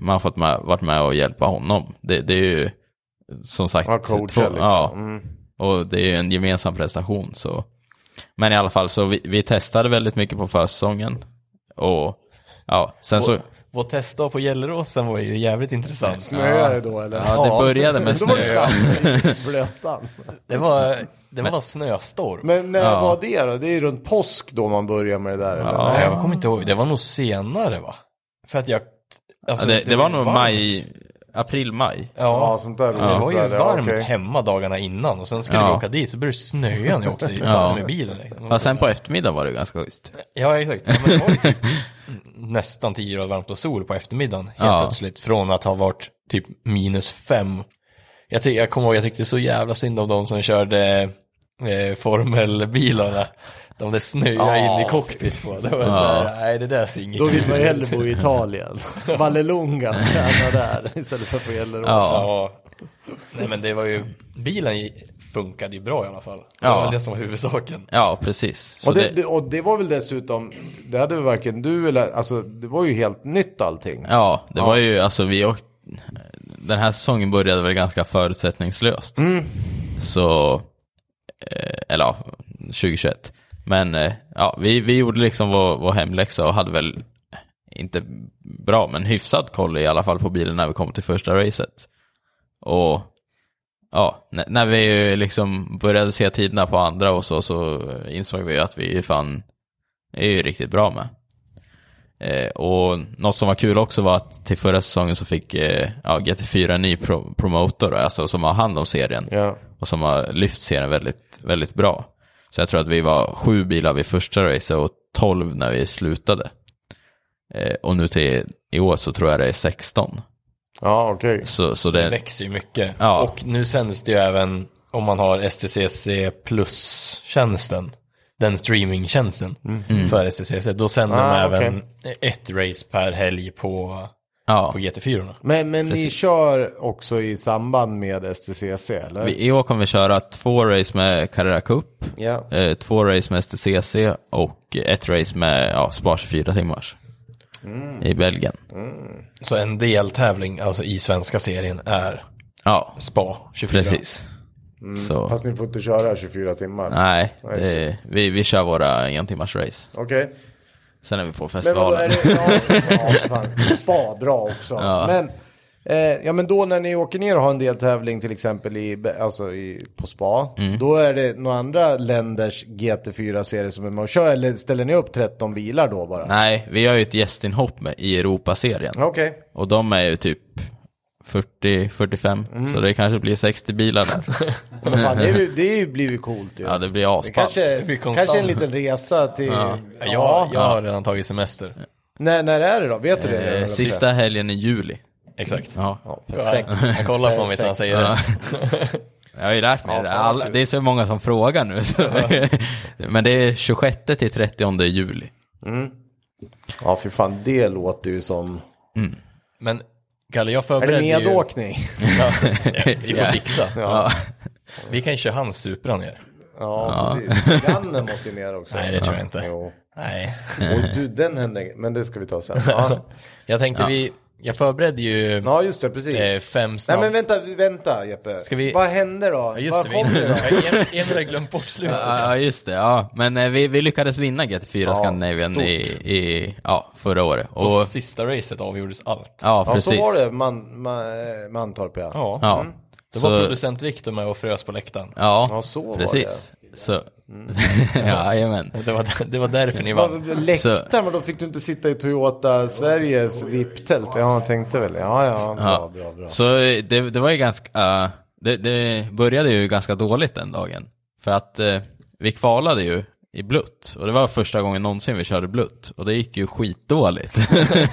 Speaker 3: man har fått med, varit med och hjälpa honom. Det, det är ju som sagt,
Speaker 1: Ja, coacha
Speaker 3: två-
Speaker 1: liksom.
Speaker 3: ja,
Speaker 1: Mm.
Speaker 3: och det är ju en gemensam prestation så. Men i alla fall så vi, vi testade väldigt mycket på försäsongen och ja, sen så,
Speaker 2: Vår,
Speaker 1: alltså,
Speaker 2: vår testdag på Gelleråsen var ju jävligt intressant.
Speaker 1: Snöade det då eller?
Speaker 3: Ja, det började med
Speaker 1: <laughs> Då var det
Speaker 3: snö.
Speaker 1: snabbt. Blötan.
Speaker 2: Det var, det var snöstorm.
Speaker 1: Men när var det då? Det är ju runt påsk då man börjar med det där. eller?
Speaker 3: Ja.
Speaker 2: Nej, jag kommer inte ihåg, det var nog senare va? För att jag...
Speaker 3: ja,
Speaker 2: Alltså,
Speaker 3: det, det var nog
Speaker 2: varmt.
Speaker 3: maj, april-maj.
Speaker 2: Ja,
Speaker 1: Ja, sånt där
Speaker 2: det
Speaker 1: roligt
Speaker 2: var ju
Speaker 1: väder,
Speaker 2: varmt
Speaker 1: okej.
Speaker 2: hemma dagarna innan och sen skulle
Speaker 3: Ja.
Speaker 2: vi åka dit så började det snöa när jag åkte dit, satt
Speaker 3: Ja.
Speaker 2: med bilen. liksom.
Speaker 3: Fast sen på eftermiddagen var det ganska schysst.
Speaker 2: Ja, exakt. Ja, men det var ju typ nästan 10 grader varmt och sol på eftermiddagen helt
Speaker 3: Ja.
Speaker 2: plötsligt från att ha varit typ minus fem. Jag, ty- jag kommer ihåg, jag tyckte så jävla synd om de som körde eh, formelbilarna. De där snöa in i cockpit på. Det var så här, nej det där ser inget
Speaker 1: Då vill man ju
Speaker 2: ut.
Speaker 1: hellre bo i
Speaker 3: <laughs>
Speaker 1: Italien. Vallelunga träna där istället för på Gelleråsen.
Speaker 2: Ja. Nej men det var ju, bilen i- funkade ju bra i alla fall. Det
Speaker 3: Ja.
Speaker 2: var väl det som var huvudsaken.
Speaker 3: Ja, precis. Så
Speaker 1: Och det,
Speaker 3: det-
Speaker 1: det, och det var väl dessutom, det hade väl varken du eller, alltså det var ju helt nytt allting.
Speaker 3: Ja, det var ju, alltså vi åkte, den här säsongen började väl ganska förutsättningslöst.
Speaker 1: Mm.
Speaker 3: Så, eh, eller ja, 2021. Men eh, ja, vi, vi gjorde liksom vår, vår hemläxa och hade väl, inte bra, men hyfsad koll i alla fall på bilen när vi kom till första racet. Och ja, n- när vi liksom började se tiderna på andra och så, så insåg vi ju att vi fan är ju riktigt bra med. Eh, och något som var kul också var att till förra säsongen så fick eh, ja, GT4 en ny pro- promotor, alltså som har hand om serien
Speaker 1: Ja.
Speaker 3: och som har lyft serien väldigt, väldigt bra. Så jag tror att vi var sju bilar vid första racet och tolv när vi slutade. Eh, och nu till i år så tror jag det är 16.
Speaker 1: Ja, okej.
Speaker 3: Så, så
Speaker 2: Det
Speaker 3: det,
Speaker 2: växer ju mycket.
Speaker 3: Ja.
Speaker 2: Och nu sänds det ju även om man har STCC plus-tjänsten. Den streamingtjänsten för STCC. Då sänder
Speaker 1: Mm. Ah,
Speaker 2: de även ett race per helg på,
Speaker 3: ja,
Speaker 2: på GT4. -orna.
Speaker 1: Men, men ni kör också i samband med STCC eller?
Speaker 3: vi, i år kommer vi köra två race med Carrera Cup,
Speaker 1: Ja.
Speaker 3: eh, två race med STCC och ett race med ja, Spar 24 timmars
Speaker 1: Mm.
Speaker 3: i Belgien.
Speaker 2: Så en deltävling alltså i svenska serien är
Speaker 3: Ja,
Speaker 2: SPA 24.
Speaker 3: precis. Så.
Speaker 1: Mm. Fast ni får inte köra 24 timmar.
Speaker 3: Nej, det, vi, vi kör våra en timmars race.
Speaker 1: Okej.
Speaker 3: Sen är vi på
Speaker 1: Men vadå, är
Speaker 3: festivalen.
Speaker 1: det, ja, ja, fan, spa, bra också. Men, eh, ja, men då när ni åker ner och har en deltävling till exempel i, alltså i, på spa, då är det några andra länders GT4-serier som är med och kör, eller ställer ni upp 13 bilar då bara?
Speaker 3: Nej, vi har ju ett gästinhopp med, i Europaserien.
Speaker 1: Okej.
Speaker 3: Och de är ju typ
Speaker 1: Mm.
Speaker 3: 40-45, så det kanske blir 60
Speaker 1: <laughs>
Speaker 3: bilar där.
Speaker 1: Men fan, det, är ju- det är ju blivit coolt ju.
Speaker 3: ja, det blir
Speaker 1: Det
Speaker 3: asballt.
Speaker 1: kanske,
Speaker 2: blir konstant.
Speaker 1: kanske en liten resa till... Ja.
Speaker 2: Ja,
Speaker 1: Ah.
Speaker 2: jag, jag har redan tagit semester.
Speaker 1: När, när är det då? Vet du det?
Speaker 3: Eh,
Speaker 1: redan?
Speaker 3: sista helgen i juli.
Speaker 2: exakt.
Speaker 3: Ja. <laughs>
Speaker 1: Ja, perfekt.
Speaker 2: Han kollar på mig så han säger det.
Speaker 3: Jag har ju lärt mig
Speaker 1: Ja,
Speaker 3: det.
Speaker 1: fan vad
Speaker 3: Alla,
Speaker 1: kul.
Speaker 3: det är så många som frågar nu. Så. <laughs> Men det är 26 till 30 juli.
Speaker 1: Ja, för fan, det låter ju som...
Speaker 2: Men Kalle, jag
Speaker 1: Är det
Speaker 2: förberedde ju...
Speaker 1: medåkning?
Speaker 2: Ja, vi får
Speaker 3: <laughs> Ja.
Speaker 2: fixa.
Speaker 1: <laughs> Ja.
Speaker 2: Vi kan ju köra hans Supra ner.
Speaker 1: Ja, precis. Grannen måste ju ner också.
Speaker 2: Nej, det tror jag inte.
Speaker 1: Jo.
Speaker 2: Nej.
Speaker 1: Och du, den hände Men det ska vi ta sen. Ja,
Speaker 2: Jag tänkte vi, jag förberedde ju
Speaker 1: ja just det, precis.
Speaker 2: eh, fem
Speaker 1: Nej
Speaker 2: snabba.
Speaker 1: men vänta, vänta Jeppe.
Speaker 2: Ska vi-
Speaker 1: Vad hände då?
Speaker 2: <laughs> Ja, just
Speaker 1: Vad
Speaker 2: det,
Speaker 1: kom det då?
Speaker 2: vi, Em- Emil har glömt bort slutet.
Speaker 3: Ja, ja, just det. Ja. Men eh, vi, vi lyckades vinna GT4 Scandinavian
Speaker 1: stort.
Speaker 3: i, i, ja, förra året. Och,
Speaker 2: Och sista racet avgjordes allt.
Speaker 3: ja,
Speaker 1: Ja,
Speaker 3: precis.
Speaker 1: så var det, Mm. man, man, Mantorp ja.
Speaker 2: Ja,
Speaker 3: Ja.
Speaker 2: det
Speaker 3: Så-
Speaker 2: var producent Viktor med och frös på läktaren.
Speaker 3: Ja,
Speaker 1: Ja, så var
Speaker 3: precis. Så, <laughs> jajamän.
Speaker 2: Mm. Det var, det var därför ni
Speaker 1: Ja,
Speaker 2: vann.
Speaker 1: Läktaren, men då fick du inte sitta i Toyota Sveriges VIP-tält. Ja, jag tänkte väl. Ja, ja, bra,
Speaker 3: Ja.
Speaker 1: bra, bra.
Speaker 3: Så eh, det, det var ju ganska, eh, det, det började ju ganska dåligt den dagen. För att eh, vi kvalade ju i blött och det var första gången någonsin vi körde blött och det gick ju skitdåligt. <laughs>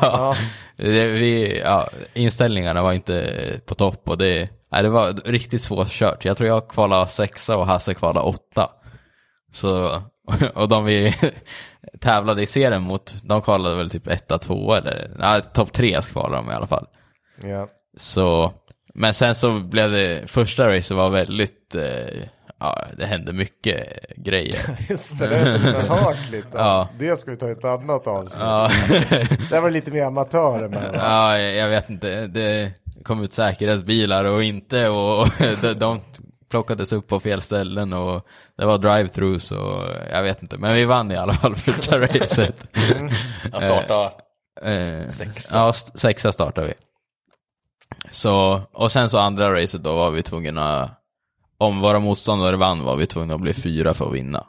Speaker 3: ja. Det, vi, ja, inställningarna var inte på topp och det, nej, det var riktigt svårkört. Jag tror jag kvalade sexa och Hasse kvalade åtta. Så, <laughs> och de vi <laughs> tävlade i serien mot, de kvalade väl typ etta, tvåa eller, nej, topp tre kvalade de i alla fall.
Speaker 1: Ja.
Speaker 3: Så, men sen så blev det, första racet var väldigt, eh, ja det hände mycket grejer.
Speaker 1: Just det, det har jag inte kunnat hört lite.
Speaker 3: Ja.
Speaker 1: Det ska vi ta i ett annat avsnitt.
Speaker 3: ja,
Speaker 1: Där var det lite mer amatörer med.
Speaker 2: <laughs>
Speaker 1: va?
Speaker 3: ja, jag vet inte, det kom ut säkerhetsbilar och inte och <laughs> de, de plockades upp på fel ställen och det var drive-thrus och jag vet inte, men vi vann i alla fall första racet.
Speaker 2: Han startade
Speaker 3: Eh,
Speaker 2: Sexa.
Speaker 3: Ja, st- sexa startade vi. Så, och sen så andra racet då var vi tvungna, om våra motståndare vann var vi tvungna att bli fyra för att vinna.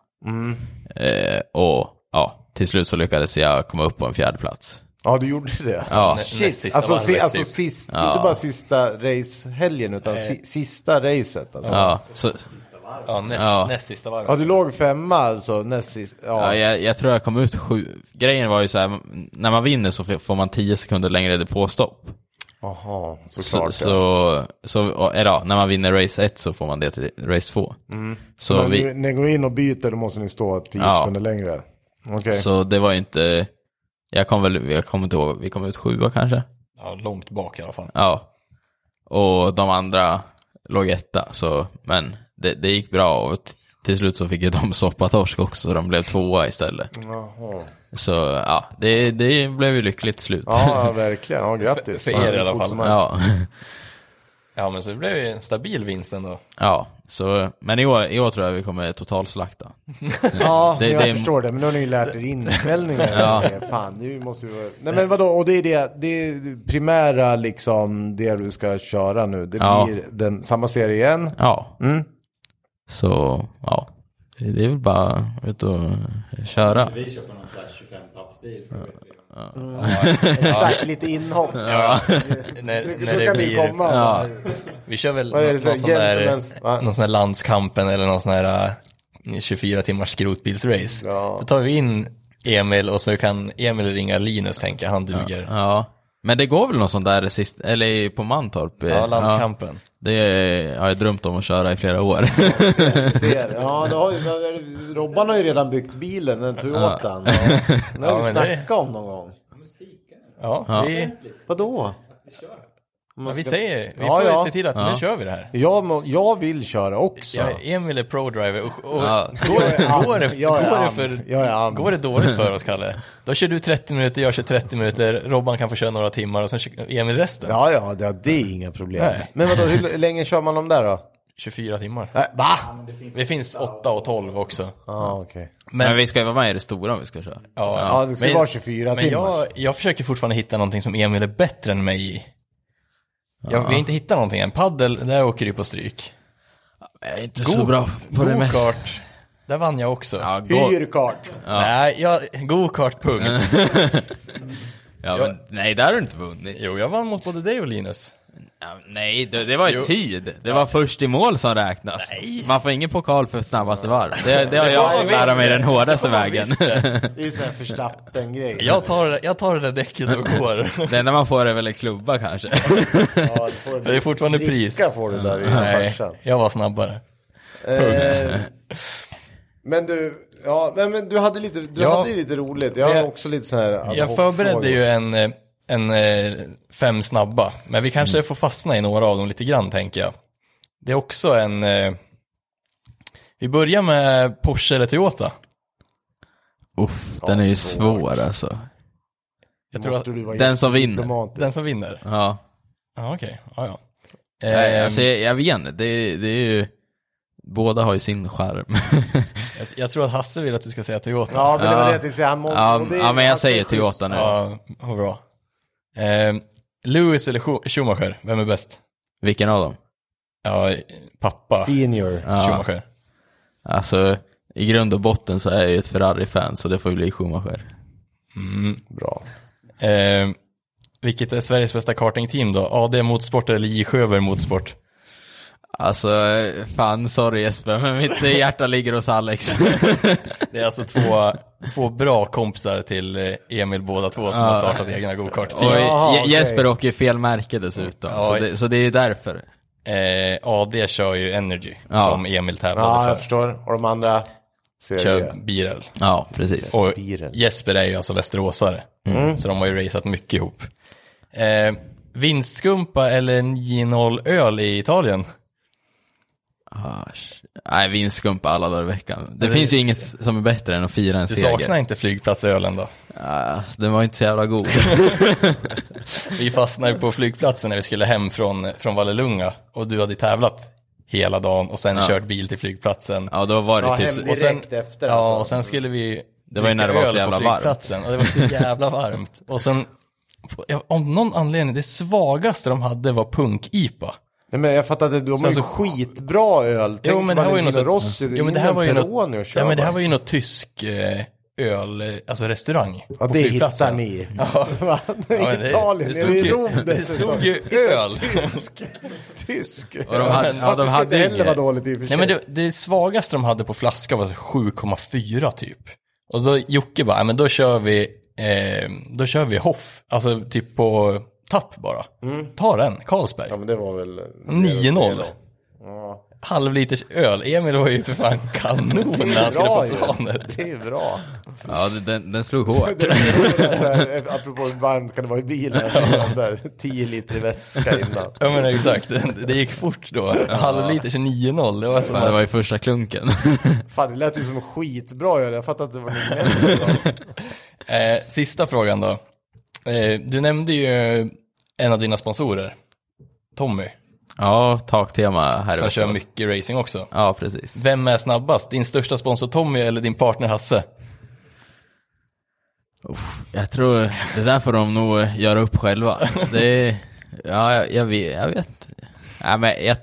Speaker 3: Eh, och ja, till slut så lyckades jag komma upp på en fjärde plats.
Speaker 1: Ja, du gjorde det.
Speaker 3: Ja,
Speaker 2: näst sista
Speaker 1: Alltså, si,
Speaker 2: varvet
Speaker 1: alltså
Speaker 2: typ.
Speaker 1: sist, inte bara sista racehelgen utan si, sista racet. Alltså. Ja.
Speaker 3: Eh. ja, så,
Speaker 2: Ja, näst,
Speaker 3: Ja.
Speaker 2: näst sista varvet.
Speaker 1: du låg femma alltså näst sist. Ja.
Speaker 3: ja, jag, jag tror jag kom ut sju. Grejen var ju så här, när man vinner så f- får man tio sekunder längre depåstopp.
Speaker 1: Jaha,
Speaker 3: Så,
Speaker 1: såklart. ja.
Speaker 3: så, så och, eller ja, när man vinner race ett så får man det till race två. Så
Speaker 1: Mm. Men
Speaker 3: vi,
Speaker 1: ni- när ni går in och byter då måste ni stå tio
Speaker 3: Ja.
Speaker 1: sekunder längre. Okej.
Speaker 3: Så det var ju inte, jag kom väl, jag kommer inte ihåg, vi kom ut sjua kanske?
Speaker 2: Ja, långt bak i alla fall.
Speaker 3: Ja. Och de andra låg etta, så, men det, det gick bra och t- till slut så fick ju de <laughs> soppatorsk också, de blev tvåa istället.
Speaker 1: Mm. Jaha.
Speaker 3: Så ja, det, det blev ju lyckligt slut.
Speaker 1: Ja, ja, verkligen. Ja, grattis.
Speaker 2: För- för er i alla
Speaker 1: Fort
Speaker 2: fall.
Speaker 1: som helst.
Speaker 3: <laughs> ja.
Speaker 2: Ja, men så det blev ju en stabil vinst ändå.
Speaker 3: Ja, så, men i år, i år tror jag vi kommer totalslakta.
Speaker 1: Ja,
Speaker 3: Det-
Speaker 1: jag
Speaker 3: det-
Speaker 1: förstår det. Men nu har ni ju lärt er
Speaker 3: <laughs>
Speaker 1: inställningen. ja. Fan, nu måste vi... vara- Nej men vadå, och det är det, det är primära liksom det du ska köra nu. Det
Speaker 3: Ja.
Speaker 1: blir den, samma serie igen.
Speaker 3: Ja. Så, ja. Det är väl bara ut och köra.
Speaker 4: Vi köper någon sån här 25 pappsbil för att bli-
Speaker 1: Exakt, lite inhopp.
Speaker 2: När,
Speaker 1: Då
Speaker 2: när det
Speaker 1: kan ni
Speaker 2: blir,
Speaker 1: komma.
Speaker 3: Ja.
Speaker 2: vi kör väl
Speaker 1: Vad är det
Speaker 2: någon,
Speaker 1: för
Speaker 2: någon, sån där,
Speaker 1: gentleman's- va?
Speaker 2: någon sån här landskampen eller någon sån här eh, 24 timmars skrotbilsrace.
Speaker 1: Ja.
Speaker 2: Då tar vi in Emil och så kan Emil ringa Linus tänker jag, han duger. Ja,
Speaker 3: Ja. Men det går väl någon sån där sist, eller i- på Mantorp? Ja,
Speaker 2: landskampen.
Speaker 3: Det har jag drömt om att köra i flera år. <laughs>
Speaker 1: Ser. Ja, då har ju, Robban har ju redan byggt bilen, den Toyotan.
Speaker 2: <laughs>
Speaker 1: Ja. Den har
Speaker 2: Ja,
Speaker 1: vi
Speaker 2: men det-
Speaker 1: snackat om någon gång.
Speaker 2: Ja, Vi,
Speaker 1: Vadå?
Speaker 2: ja, vi säger, vi
Speaker 1: Ja,
Speaker 2: får
Speaker 1: ja.
Speaker 2: se till att nu kör vi det här.
Speaker 1: Jag, må- jag vill köra också.
Speaker 2: Ja, Emil är pro-driver och, och
Speaker 3: Ja.
Speaker 2: går,
Speaker 1: am.
Speaker 2: <laughs> går,
Speaker 1: <laughs>
Speaker 2: det,
Speaker 1: Jag är
Speaker 2: går, det
Speaker 1: am.
Speaker 2: för,
Speaker 1: Jag är am.
Speaker 2: går det dåligt för oss
Speaker 3: <laughs>
Speaker 2: Kalle, då kör du 30 minuter, jag kör 30 minuter, Robban kan få köra några timmar och sen kör Emil resten.
Speaker 1: Ja, ja, det, det är inga problem.
Speaker 2: Nej.
Speaker 1: Men vadå, hur länge kör man dem där då?
Speaker 2: 24 timmar.
Speaker 1: Äh, va?
Speaker 2: Det finns 8 och 12 också.
Speaker 1: Ja, ah, okej.
Speaker 3: Men, vi ska ju vara med i det stora om vi ska köra.
Speaker 1: Ja, det ska
Speaker 2: Men-
Speaker 1: vara 24
Speaker 2: Men
Speaker 1: timmar.
Speaker 2: jag, jag försöker fortfarande hitta någonting som Emil är bättre än mig i. Jag, Vi har inte hittat någonting än. Paddel, där åker du på stryk.
Speaker 3: Jag är inte
Speaker 2: Go-
Speaker 3: så bra på det mesta.
Speaker 2: Go-kart, där vann jag också.
Speaker 3: Ja, go-
Speaker 1: Hyrkart.
Speaker 2: Nej, jag, go-kart punkt.
Speaker 3: ja, men, nej, där har du inte vunnit.
Speaker 2: jo, jag vann mot både dig och Linus.
Speaker 3: Ja, nej, det, det var ju tid. Det var först i mål som räknas. Man får ingen pokal för snabbaste varv. Det, det har jag
Speaker 1: var
Speaker 3: fått lära mig den hårdaste vägen.
Speaker 1: Det är ju såhär förstappen-grej.
Speaker 2: Jag tar, jag tar det där däcket och går.
Speaker 3: <laughs> Det enda man får är väl en klubba kanske.
Speaker 1: Ja, du får-
Speaker 2: Det är fortfarande
Speaker 1: dricka
Speaker 2: pris.
Speaker 1: får du där i
Speaker 2: <laughs> Nej,
Speaker 1: farsan.
Speaker 2: jag var snabbare.
Speaker 1: Eh, men du, ja, men, men du hade lite, du
Speaker 2: Ja.
Speaker 1: hade ju lite roligt. Jag
Speaker 2: Jag-
Speaker 1: har också lite sån här ad
Speaker 2: Jag
Speaker 1: hoc
Speaker 2: förberedde
Speaker 1: frågor.
Speaker 2: ju en, eh, en eh, fem snabba, men vi
Speaker 1: Mm.
Speaker 2: kanske får fastna i några av dem lite grann tänker jag. Det är också en... eh, Vi börjar med Porsche eller Toyota.
Speaker 3: <laughs> Uff, den är ju svår alltså.
Speaker 2: Jag tror att
Speaker 1: Måste du vara
Speaker 3: Den som vinner.
Speaker 1: diplomatisk.
Speaker 2: den som vinner.
Speaker 3: Ja.
Speaker 2: Ja, okej. Ja, ja.
Speaker 3: Nej,
Speaker 2: Ehm,
Speaker 3: alltså, jag, jag vet inte. Det, det är ju... Båda har ju sin charm.
Speaker 2: jag, jag tror att Hasse vill att du ska säga Toyota.
Speaker 1: Ja, men det var
Speaker 3: Ja.
Speaker 1: det jag tänkte säga. Han må-
Speaker 3: <laughs> ja,
Speaker 1: och det är-
Speaker 3: ja, men jag
Speaker 1: alltså, det är
Speaker 3: säger
Speaker 1: schysst.
Speaker 3: Toyota nu.
Speaker 2: Ja, vad bra. Ehm, Lewis eller Schu- Schumacher, vem är bäst?
Speaker 3: Vilken av dem?
Speaker 2: Ja, pappa
Speaker 1: Senior.
Speaker 2: Schumacher.
Speaker 3: Alltså, i grund och botten så är jag ju ett Ferrari-fan, så det får ju bli Schumacher.
Speaker 1: Bra.
Speaker 2: Ehm, Mm. vilket är Sveriges bästa kartingteam då? AD Motorsport eller J Sjöberg Motorsport?
Speaker 3: Alltså, eh, fan sorry Jesper, men mitt hjärta ligger hos Alex. <laughs>
Speaker 2: Det är
Speaker 1: <laughs>
Speaker 2: alltså två, två bra kompisar till eh, Emil båda två som har startat egna
Speaker 3: Och
Speaker 2: gokart-team.
Speaker 1: Jaha,
Speaker 3: Je-
Speaker 1: okej.
Speaker 3: Jesper åker ju fel märke dessutom,
Speaker 2: Ja,
Speaker 3: så,
Speaker 2: i-
Speaker 3: det, så det är ju därför.
Speaker 2: Eh, AD kör ju Energy
Speaker 3: Ja.
Speaker 2: som Emil
Speaker 1: Ja,
Speaker 2: tävlade
Speaker 1: jag
Speaker 2: för.
Speaker 1: förstår. Och de andra ser
Speaker 2: Kör
Speaker 1: det.
Speaker 2: Birel.
Speaker 3: Ja, precis.
Speaker 2: Och
Speaker 1: Biren.
Speaker 2: Jesper är ju alltså västeråsare.
Speaker 1: Mm.
Speaker 2: Så de har ju raceat mycket ihop. Eh, vinstskumpa eller 9-0 öl i Italien?
Speaker 3: Ah, sh- Nej, vinstskumpa alla dagar i veckan. Det finns ju inget som är bättre än att fira en
Speaker 2: Du
Speaker 3: seger.
Speaker 2: saknar inte flygplatsölen då?
Speaker 3: Ah, den var inte så jävla god.
Speaker 2: Vi fastnade ju på flygplatsen när vi skulle hem från, från Vallelunga och du hade tävlat hela dagen och sen kört bil till flygplatsen.
Speaker 3: ja, då var det
Speaker 1: Ja,
Speaker 3: typ...
Speaker 1: hem
Speaker 2: Och sen,
Speaker 1: direkt efter
Speaker 2: ja,
Speaker 1: alltså.
Speaker 2: och sen skulle vi
Speaker 3: Det var ju när det var så jävla varmt.
Speaker 2: varmt. Och det var så jävla varmt. Och sen, ja, om någon anledning, det svagaste de hade var punk-IPA.
Speaker 1: Nej, men jag fattar att de har ju
Speaker 2: så-
Speaker 1: skitbra öl. Tänk
Speaker 2: Jo men det här var ju något,
Speaker 1: Rossi,
Speaker 2: jo, men det här var ju
Speaker 1: något...
Speaker 2: något, ja, men det här var ju något tysk eh, öl, eh, alltså restaurang.
Speaker 1: Ja,
Speaker 2: på
Speaker 1: det
Speaker 2: flygplatsen.
Speaker 1: hittar ni.
Speaker 2: Ja.
Speaker 1: <laughs> Va?
Speaker 2: men det-
Speaker 1: Italien,
Speaker 2: det
Speaker 1: är
Speaker 2: stod
Speaker 1: det i
Speaker 2: ju-
Speaker 1: Rom
Speaker 2: <laughs> Det
Speaker 1: dessutom?
Speaker 2: stod ju öl.
Speaker 1: Tysk. Tysk.
Speaker 3: Och de hade, ja,
Speaker 1: Fast
Speaker 3: de
Speaker 1: det ska inte
Speaker 3: hade ju
Speaker 1: heller
Speaker 3: inget.
Speaker 1: vara dåligt i och för sig.
Speaker 2: Nej men det, det svagaste de hade på flaska var 7,4 typ. Och då Jocke bara, "Ja, men då kör vi, eh, då kör vi Hoff, alltså typ på tapp bara. Ta den, Carlsberg.
Speaker 1: Mm. Ja men det var väl...
Speaker 2: 9-0.
Speaker 1: Ja.
Speaker 2: Halvliters öl, Emil var ju för fan kanon
Speaker 1: Det är
Speaker 2: när han skulle
Speaker 1: bra
Speaker 2: på
Speaker 1: ju.
Speaker 2: planet.
Speaker 1: Det är bra.
Speaker 3: Ja, det- den, den slog hårt.
Speaker 1: <laughs> Det är så här, eh, apropå hur varmt kan det vara i bilen. Så här, 10 liter vätska innan.
Speaker 2: Ja men exakt, det, det gick fort då. Halvliters 9-0, det var som
Speaker 3: Fan, det
Speaker 2: att-
Speaker 3: var ju första klunken.
Speaker 1: Fan det lät ju som en skitbra öl. Jag fattar att det var något bättre.
Speaker 2: Eh, sista frågan då. Eh, du nämnde ju en av dina sponsorer, Tommy,
Speaker 3: ja, taktema här i
Speaker 2: som kör
Speaker 3: Västerås.
Speaker 2: mycket racing också.
Speaker 3: Ja, precis.
Speaker 2: Vem är snabbast? Din största sponsor Tommy eller din partner Hasse?
Speaker 3: Jag tror, det där får de nog göra upp själva. Det är, ja, jag, jag vet, jag vet inte. Nej, men jag...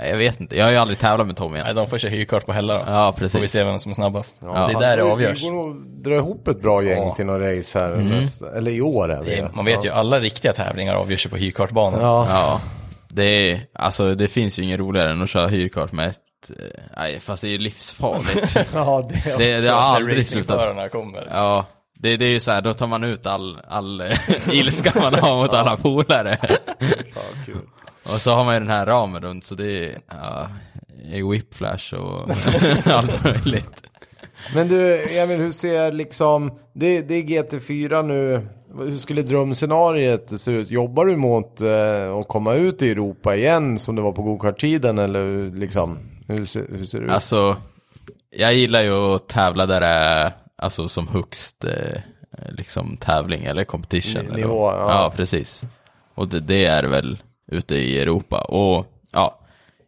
Speaker 3: Nej, Jag vet inte, jag har ju aldrig tävlat med Tommy
Speaker 2: Nej,
Speaker 3: än.
Speaker 2: de får köra hyrkart på Hella då.
Speaker 3: Ja,
Speaker 2: Får vi
Speaker 3: precis.
Speaker 2: se vem som är snabbast. det
Speaker 3: Ja.
Speaker 2: är där det avgörs.
Speaker 1: Det
Speaker 2: Mm.
Speaker 1: går nog att dra ihop ett bra gäng till någon race här. nästa- Eller i år är
Speaker 2: Det är,
Speaker 1: det.
Speaker 2: man vet ju, alla riktiga tävlingar avgörs ju på hyrkartbanan.
Speaker 1: Ja.
Speaker 3: Ja, det är, alltså det finns ju inget roligare än att köra hyrkart med ett, eh, nej fast det är
Speaker 2: <laughs>
Speaker 3: ju livsfarligt.
Speaker 1: Ja, det,
Speaker 3: Det, det har aldrig slutat.
Speaker 2: racingförarna kommer.
Speaker 3: Ja, det, det är ju så här, då tar man ut all, all eh, ilska man har
Speaker 2: <laughs>
Speaker 3: mot alla polare.
Speaker 1: kul.
Speaker 3: Och så har man ju den här ramen runt så det är, ja, det är whiplash och <laughs> allt möjligt.
Speaker 1: Men du, Emil, hur ser liksom, det, det är GT4 nu, hur skulle drömscenariet se ut? Jobbar du mot eh, att komma ut i Europa igen som det var på gokart-tiden eller hur- liksom, hur, ser- hur ser det ut?
Speaker 3: Alltså, jag gillar ju att tävla där det är, alltså som högst eh, liksom tävling eller competition.
Speaker 1: Ni-
Speaker 3: eller
Speaker 1: nivå,
Speaker 3: vad.
Speaker 1: ja.
Speaker 3: ja, precis. Och det, det är väl ute i Europa. Och ja,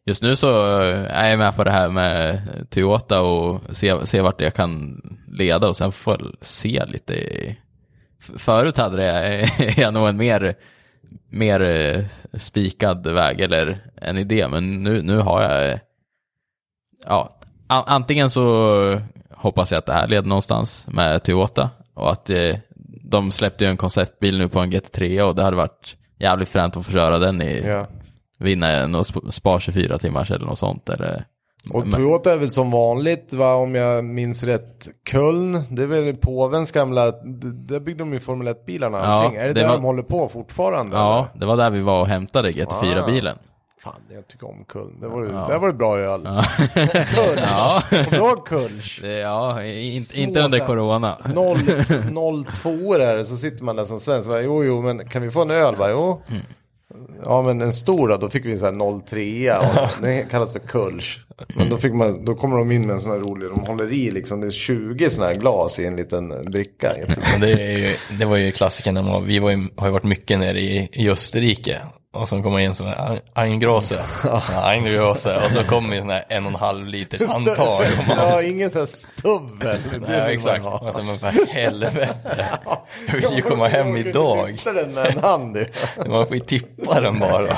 Speaker 3: just nu så eh, är jag med på det här med Toyota och se, se vart jag kan leda och sen får jag se lite. i- F- Förut hade det, jag <laughs> nog en mer mer eh, spikad väg eller en idé, men nu, nu har jag eh, ja, a- antingen så hoppas jag att det här leder någonstans med Toyota och att eh, de släppte ju en konceptbil nu på en GT3 och det hade varit jävligt fränt att få köra den i,
Speaker 1: Ja.
Speaker 3: vinna något sp- spar 24 timmars eller något sånt. Eller,
Speaker 1: Och
Speaker 3: men-
Speaker 1: Toyota är väl som vanligt, va, om jag minns rätt, Köln, det är väl påvens gamla, d- där byggde de ju Formel 1-bilarna och
Speaker 3: Ja,
Speaker 1: allting. Är det,
Speaker 3: det
Speaker 1: där
Speaker 3: var-
Speaker 1: de håller på fortfarande?
Speaker 3: ja,
Speaker 1: eller?
Speaker 3: det var där vi var och hämtade GT4-bilen.
Speaker 1: Fan, jag tycker om Köln. Där var det, där var det bra öl. Kölsch.
Speaker 3: Ja.
Speaker 1: Kommer du ihåg Kölsch?
Speaker 3: Det- Ja, in,
Speaker 1: Små
Speaker 3: inte under
Speaker 1: så här-
Speaker 3: corona.
Speaker 1: 02 där, så sitter man där som svensk. Bara, jo, jo, men kan vi få en öl? Bara, jo. Ja, men en stor då, då fick vi en sån här 03
Speaker 2: <laughs>
Speaker 1: och den kallas för Kölsch. Men då, fick man, då kommer de in med en sån här rolig, de håller i liksom, det är 20 såna här glas i en liten
Speaker 2: <laughs>
Speaker 1: bricka. Jätte-
Speaker 2: Men det, är ju, det var ju klassiken, när man var- vi var ju, har ju varit mycket nere i, i Österrike. Och så kommer in sån här Eingrose, Eingrose, och så kommer ju sån här en och en halv
Speaker 1: <laughs>
Speaker 2: liters handtag. Och man-
Speaker 1: Ja, ingen sån här stövel. Det vill
Speaker 2: Ja,
Speaker 1: man
Speaker 2: exakt.
Speaker 1: ha.
Speaker 2: Alltså, men för helvete. Jag vill ju komma hem
Speaker 1: Jag kunde
Speaker 2: idag.
Speaker 1: lyfta den med en hand.
Speaker 2: <laughs>
Speaker 1: ju.
Speaker 2: Man får ju tippa den bara.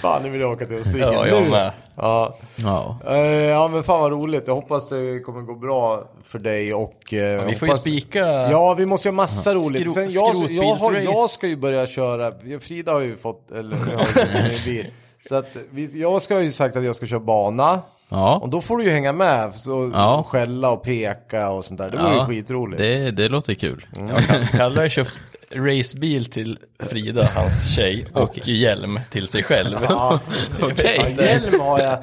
Speaker 1: Fan, nu vill jag åka till Österrike.
Speaker 2: Ja, jag
Speaker 1: nu.
Speaker 2: med.
Speaker 1: Ja.
Speaker 3: Ja.
Speaker 1: Eh, ja men fan vad roligt. Jag hoppas det kommer gå bra för dig och... eh,
Speaker 2: Vi får ju
Speaker 1: hoppas...
Speaker 2: spika.
Speaker 1: Ja vi måste göra massa roligt.
Speaker 2: Skro-
Speaker 1: Sen jag, jag, har,
Speaker 2: skrotbilsrace.
Speaker 1: jag ska ju börja köra, Frida har ju fått, eller jag har ju
Speaker 2: <laughs>
Speaker 1: min bil. Så att vi, jag ska ju sagt att jag ska köra bana. Och
Speaker 3: Ja,
Speaker 1: då får du ju hänga med så,
Speaker 3: Ja.
Speaker 1: och skälla och peka och sånt där. Det vore ju
Speaker 3: ja
Speaker 1: skitroligt. Mm.
Speaker 3: det, det låter kul.
Speaker 2: Ja, Kalle har ju köpt racebil till Frida, hans tjej, och hjälm till sig själv.
Speaker 1: <laughs> Ja,
Speaker 2: <laughs> Okej.
Speaker 1: ja, hjälm har jag.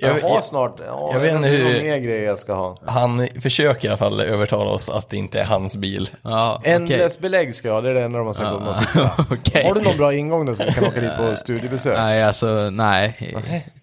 Speaker 1: Jag
Speaker 2: Jag-
Speaker 1: har
Speaker 2: jag-
Speaker 1: snart, ja,
Speaker 2: jag
Speaker 1: jag
Speaker 2: vet
Speaker 1: vet inte
Speaker 2: hur-
Speaker 1: hur mer grejer jag ska ha.
Speaker 2: Han försöker i alla fall övertala oss att det inte är hans bil.
Speaker 3: Ja, okej.
Speaker 1: Ändlös belägg ska jag ha, det är det enda de har sagt om
Speaker 3: <laughs>
Speaker 1: att
Speaker 3: Okej.
Speaker 1: Har du någon bra ingång där så vi kan åka dit på studiebesök? Nej,
Speaker 3: Nej, alltså nej,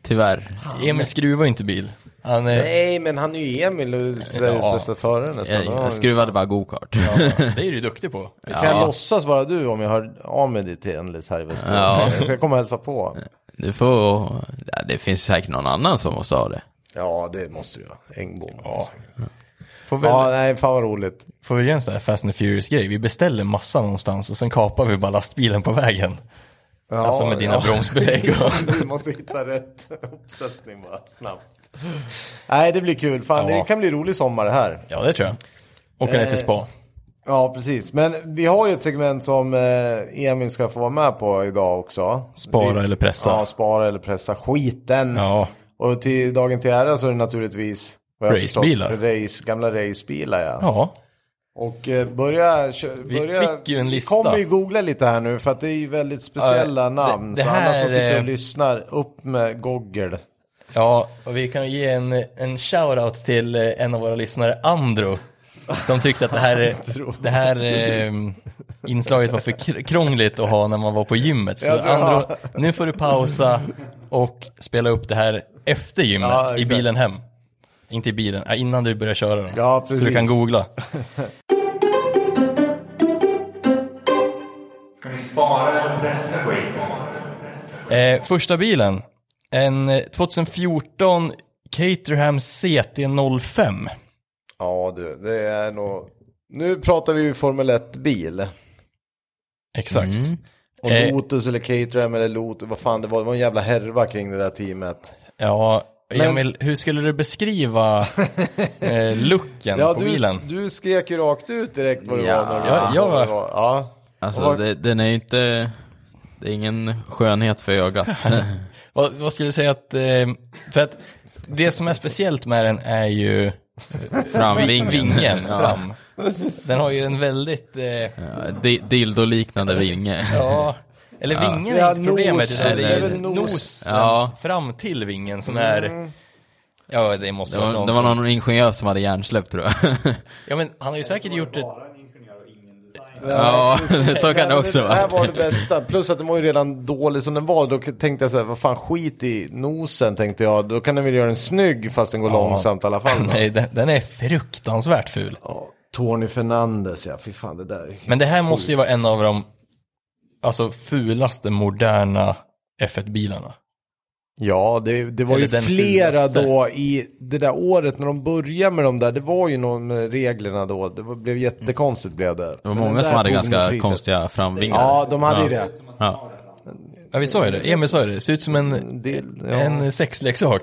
Speaker 3: tyvärr.
Speaker 2: Emil skruvar ju inte bil. Han är,
Speaker 1: men han är ju Emil och Sveriges
Speaker 2: Ja.
Speaker 1: bästa förare nästan.
Speaker 3: Jag, jag skruvade bara go-kart.
Speaker 2: ja, det är du duktig på.
Speaker 1: Kan jag
Speaker 3: Ja.
Speaker 1: låtsas vara du om jag hör av mig dit till Endless här i Västerås?
Speaker 3: Ja.
Speaker 1: Jag ska komma och hälsa på.
Speaker 3: <laughs> Du får, ja, det finns säkert någon annan som måste ha det.
Speaker 1: Ja, det måste du göra. Engbom. Ja.
Speaker 2: Får väl,
Speaker 1: ja, nej, fan vad roligt.
Speaker 2: får vi göra en sån här Fast and Furious-grej? Vi beställer massa någonstans och sen kapar vi bara lastbilen på vägen.
Speaker 1: Ja,
Speaker 2: alltså med
Speaker 1: <laughs>
Speaker 2: dina
Speaker 1: ja.
Speaker 2: bromsbelägg. Och...
Speaker 1: Vi måste hitta rätt uppsättning bara snabbt. Nej, det blir kul. Fan,
Speaker 2: Ja.
Speaker 1: det kan bli rolig sommar det här.
Speaker 2: Ja, det tror jag. Eh. Åka ner till spa.
Speaker 1: Ja, precis. Men vi har ju ett segment som eh, Emil ska få vara med på idag också.
Speaker 2: Spara
Speaker 1: vi,
Speaker 2: eller pressa.
Speaker 1: Ja, spara eller pressa skiten.
Speaker 2: Ja,
Speaker 1: Och till dagen till ära så är det naturligtvis vad jag förstått,
Speaker 2: Racebilar.
Speaker 1: Race, gamla racebilar ja.
Speaker 2: ja.
Speaker 1: Och eh, börja, kö-
Speaker 2: Vi
Speaker 1: börja...
Speaker 2: fick ju en lista.
Speaker 1: Vi kommer ju googla lite här nu för att det är ju väldigt speciella
Speaker 2: Ja, det-
Speaker 1: namn.
Speaker 2: det
Speaker 1: så alla
Speaker 2: här
Speaker 1: som sitter
Speaker 2: är-
Speaker 1: och lyssnar, upp med Google.
Speaker 2: Ja, och vi kan ju ge en, en shout-out till eh, en av våra lyssnare, Andro, som tyckte att det här, eh, det här eh, inslaget var för kr- krångligt att ha när man var på gymmet. Så
Speaker 1: Alltså, ja.
Speaker 2: Andro, nu får du pausa och spela upp det här efter gymmet,
Speaker 1: Ja,
Speaker 2: i
Speaker 1: exakt.
Speaker 2: bilen hem. Inte i bilen, äh, innan du börjar köra den.
Speaker 1: Ja,
Speaker 2: så du
Speaker 1: precis.
Speaker 2: kan googla.
Speaker 5: Ska vi spara eller pressa skiten?
Speaker 2: Eh, första bilen, en eh, 2014 Caterham CT05.
Speaker 1: Ja du, det är nog... Nu pratar vi ju Formel 1-bil.
Speaker 2: Exakt.
Speaker 1: Och
Speaker 2: Eh.
Speaker 1: Lotus eller Caterham eller Lotus, vad fan det var, det var en jävla härva kring det där teamet.
Speaker 2: Ja, Emil, hur skulle
Speaker 1: <laughs>
Speaker 2: du beskriva eh, looken
Speaker 1: Ja,
Speaker 2: på
Speaker 1: du,
Speaker 2: bilen?
Speaker 1: du skrek ju rakt ut direkt vad det
Speaker 3: Ja.
Speaker 1: var. När du
Speaker 2: Ja, jag var-
Speaker 1: vad det var. Ja.
Speaker 3: Alltså
Speaker 1: Vad-
Speaker 3: det, den är ju inte, det är ingen skönhet för ögat.
Speaker 1: <laughs>
Speaker 2: Vad, vad skulle du säga att, eh, för att det som är speciellt med den är ju
Speaker 3: Framvingen.
Speaker 2: vingen
Speaker 3: Ja.
Speaker 2: fram. Den har ju en väldigt, eh,
Speaker 3: Ja, di- Dildo-liknande vinge.
Speaker 2: ja, eller vingen är
Speaker 1: Ja,
Speaker 2: inte problemet,
Speaker 1: nos,
Speaker 2: utan det är
Speaker 3: eller
Speaker 2: ju
Speaker 1: nos.
Speaker 2: nosen
Speaker 3: Ja.
Speaker 2: fram till vingen som
Speaker 1: Mm.
Speaker 2: är, ja det måste
Speaker 3: Det
Speaker 2: vara
Speaker 3: var,
Speaker 2: någon,
Speaker 3: det var
Speaker 2: som-
Speaker 3: någon ingenjör som hade
Speaker 1: <laughs>
Speaker 3: hjärnsläpp tror jag.
Speaker 2: ja men han har ju säkert gjort ett,
Speaker 4: Bara en ingenjör och ingen designer.
Speaker 3: Ja, så
Speaker 1: Nej,
Speaker 3: kan det
Speaker 1: men
Speaker 3: också
Speaker 1: Det här
Speaker 3: vara.
Speaker 1: var det bästa. Plus att den var ju redan dålig som den var. Då tänkte jag så här, vad fan skit i nosen tänkte jag. Då kan den väl göra den snygg fast den går långsamt i alla fall. Då.
Speaker 2: <laughs> nej den, den är fruktansvärt ful.
Speaker 1: Ja, Tony Fernandes ja, fy fan det där. är-
Speaker 2: Men det här måste ju vara en av de alltså, fulaste moderna F1-bilarna.
Speaker 1: Ja, det, det var
Speaker 2: Eller
Speaker 1: ju
Speaker 2: den
Speaker 1: flera
Speaker 2: finaste.
Speaker 1: då i det där året när de började med de där. Det var ju någon med reglerna då. Det var- blev jättekonstigt blev det.
Speaker 3: Det var många som hade ganska konstiga framvingar.
Speaker 1: Ja, de hade ju det.
Speaker 2: Ja, vi sa
Speaker 1: <laughs>
Speaker 2: ju det. Emil sa ju det. Ser ut som en,
Speaker 1: Det- ja.
Speaker 2: en sexleksak.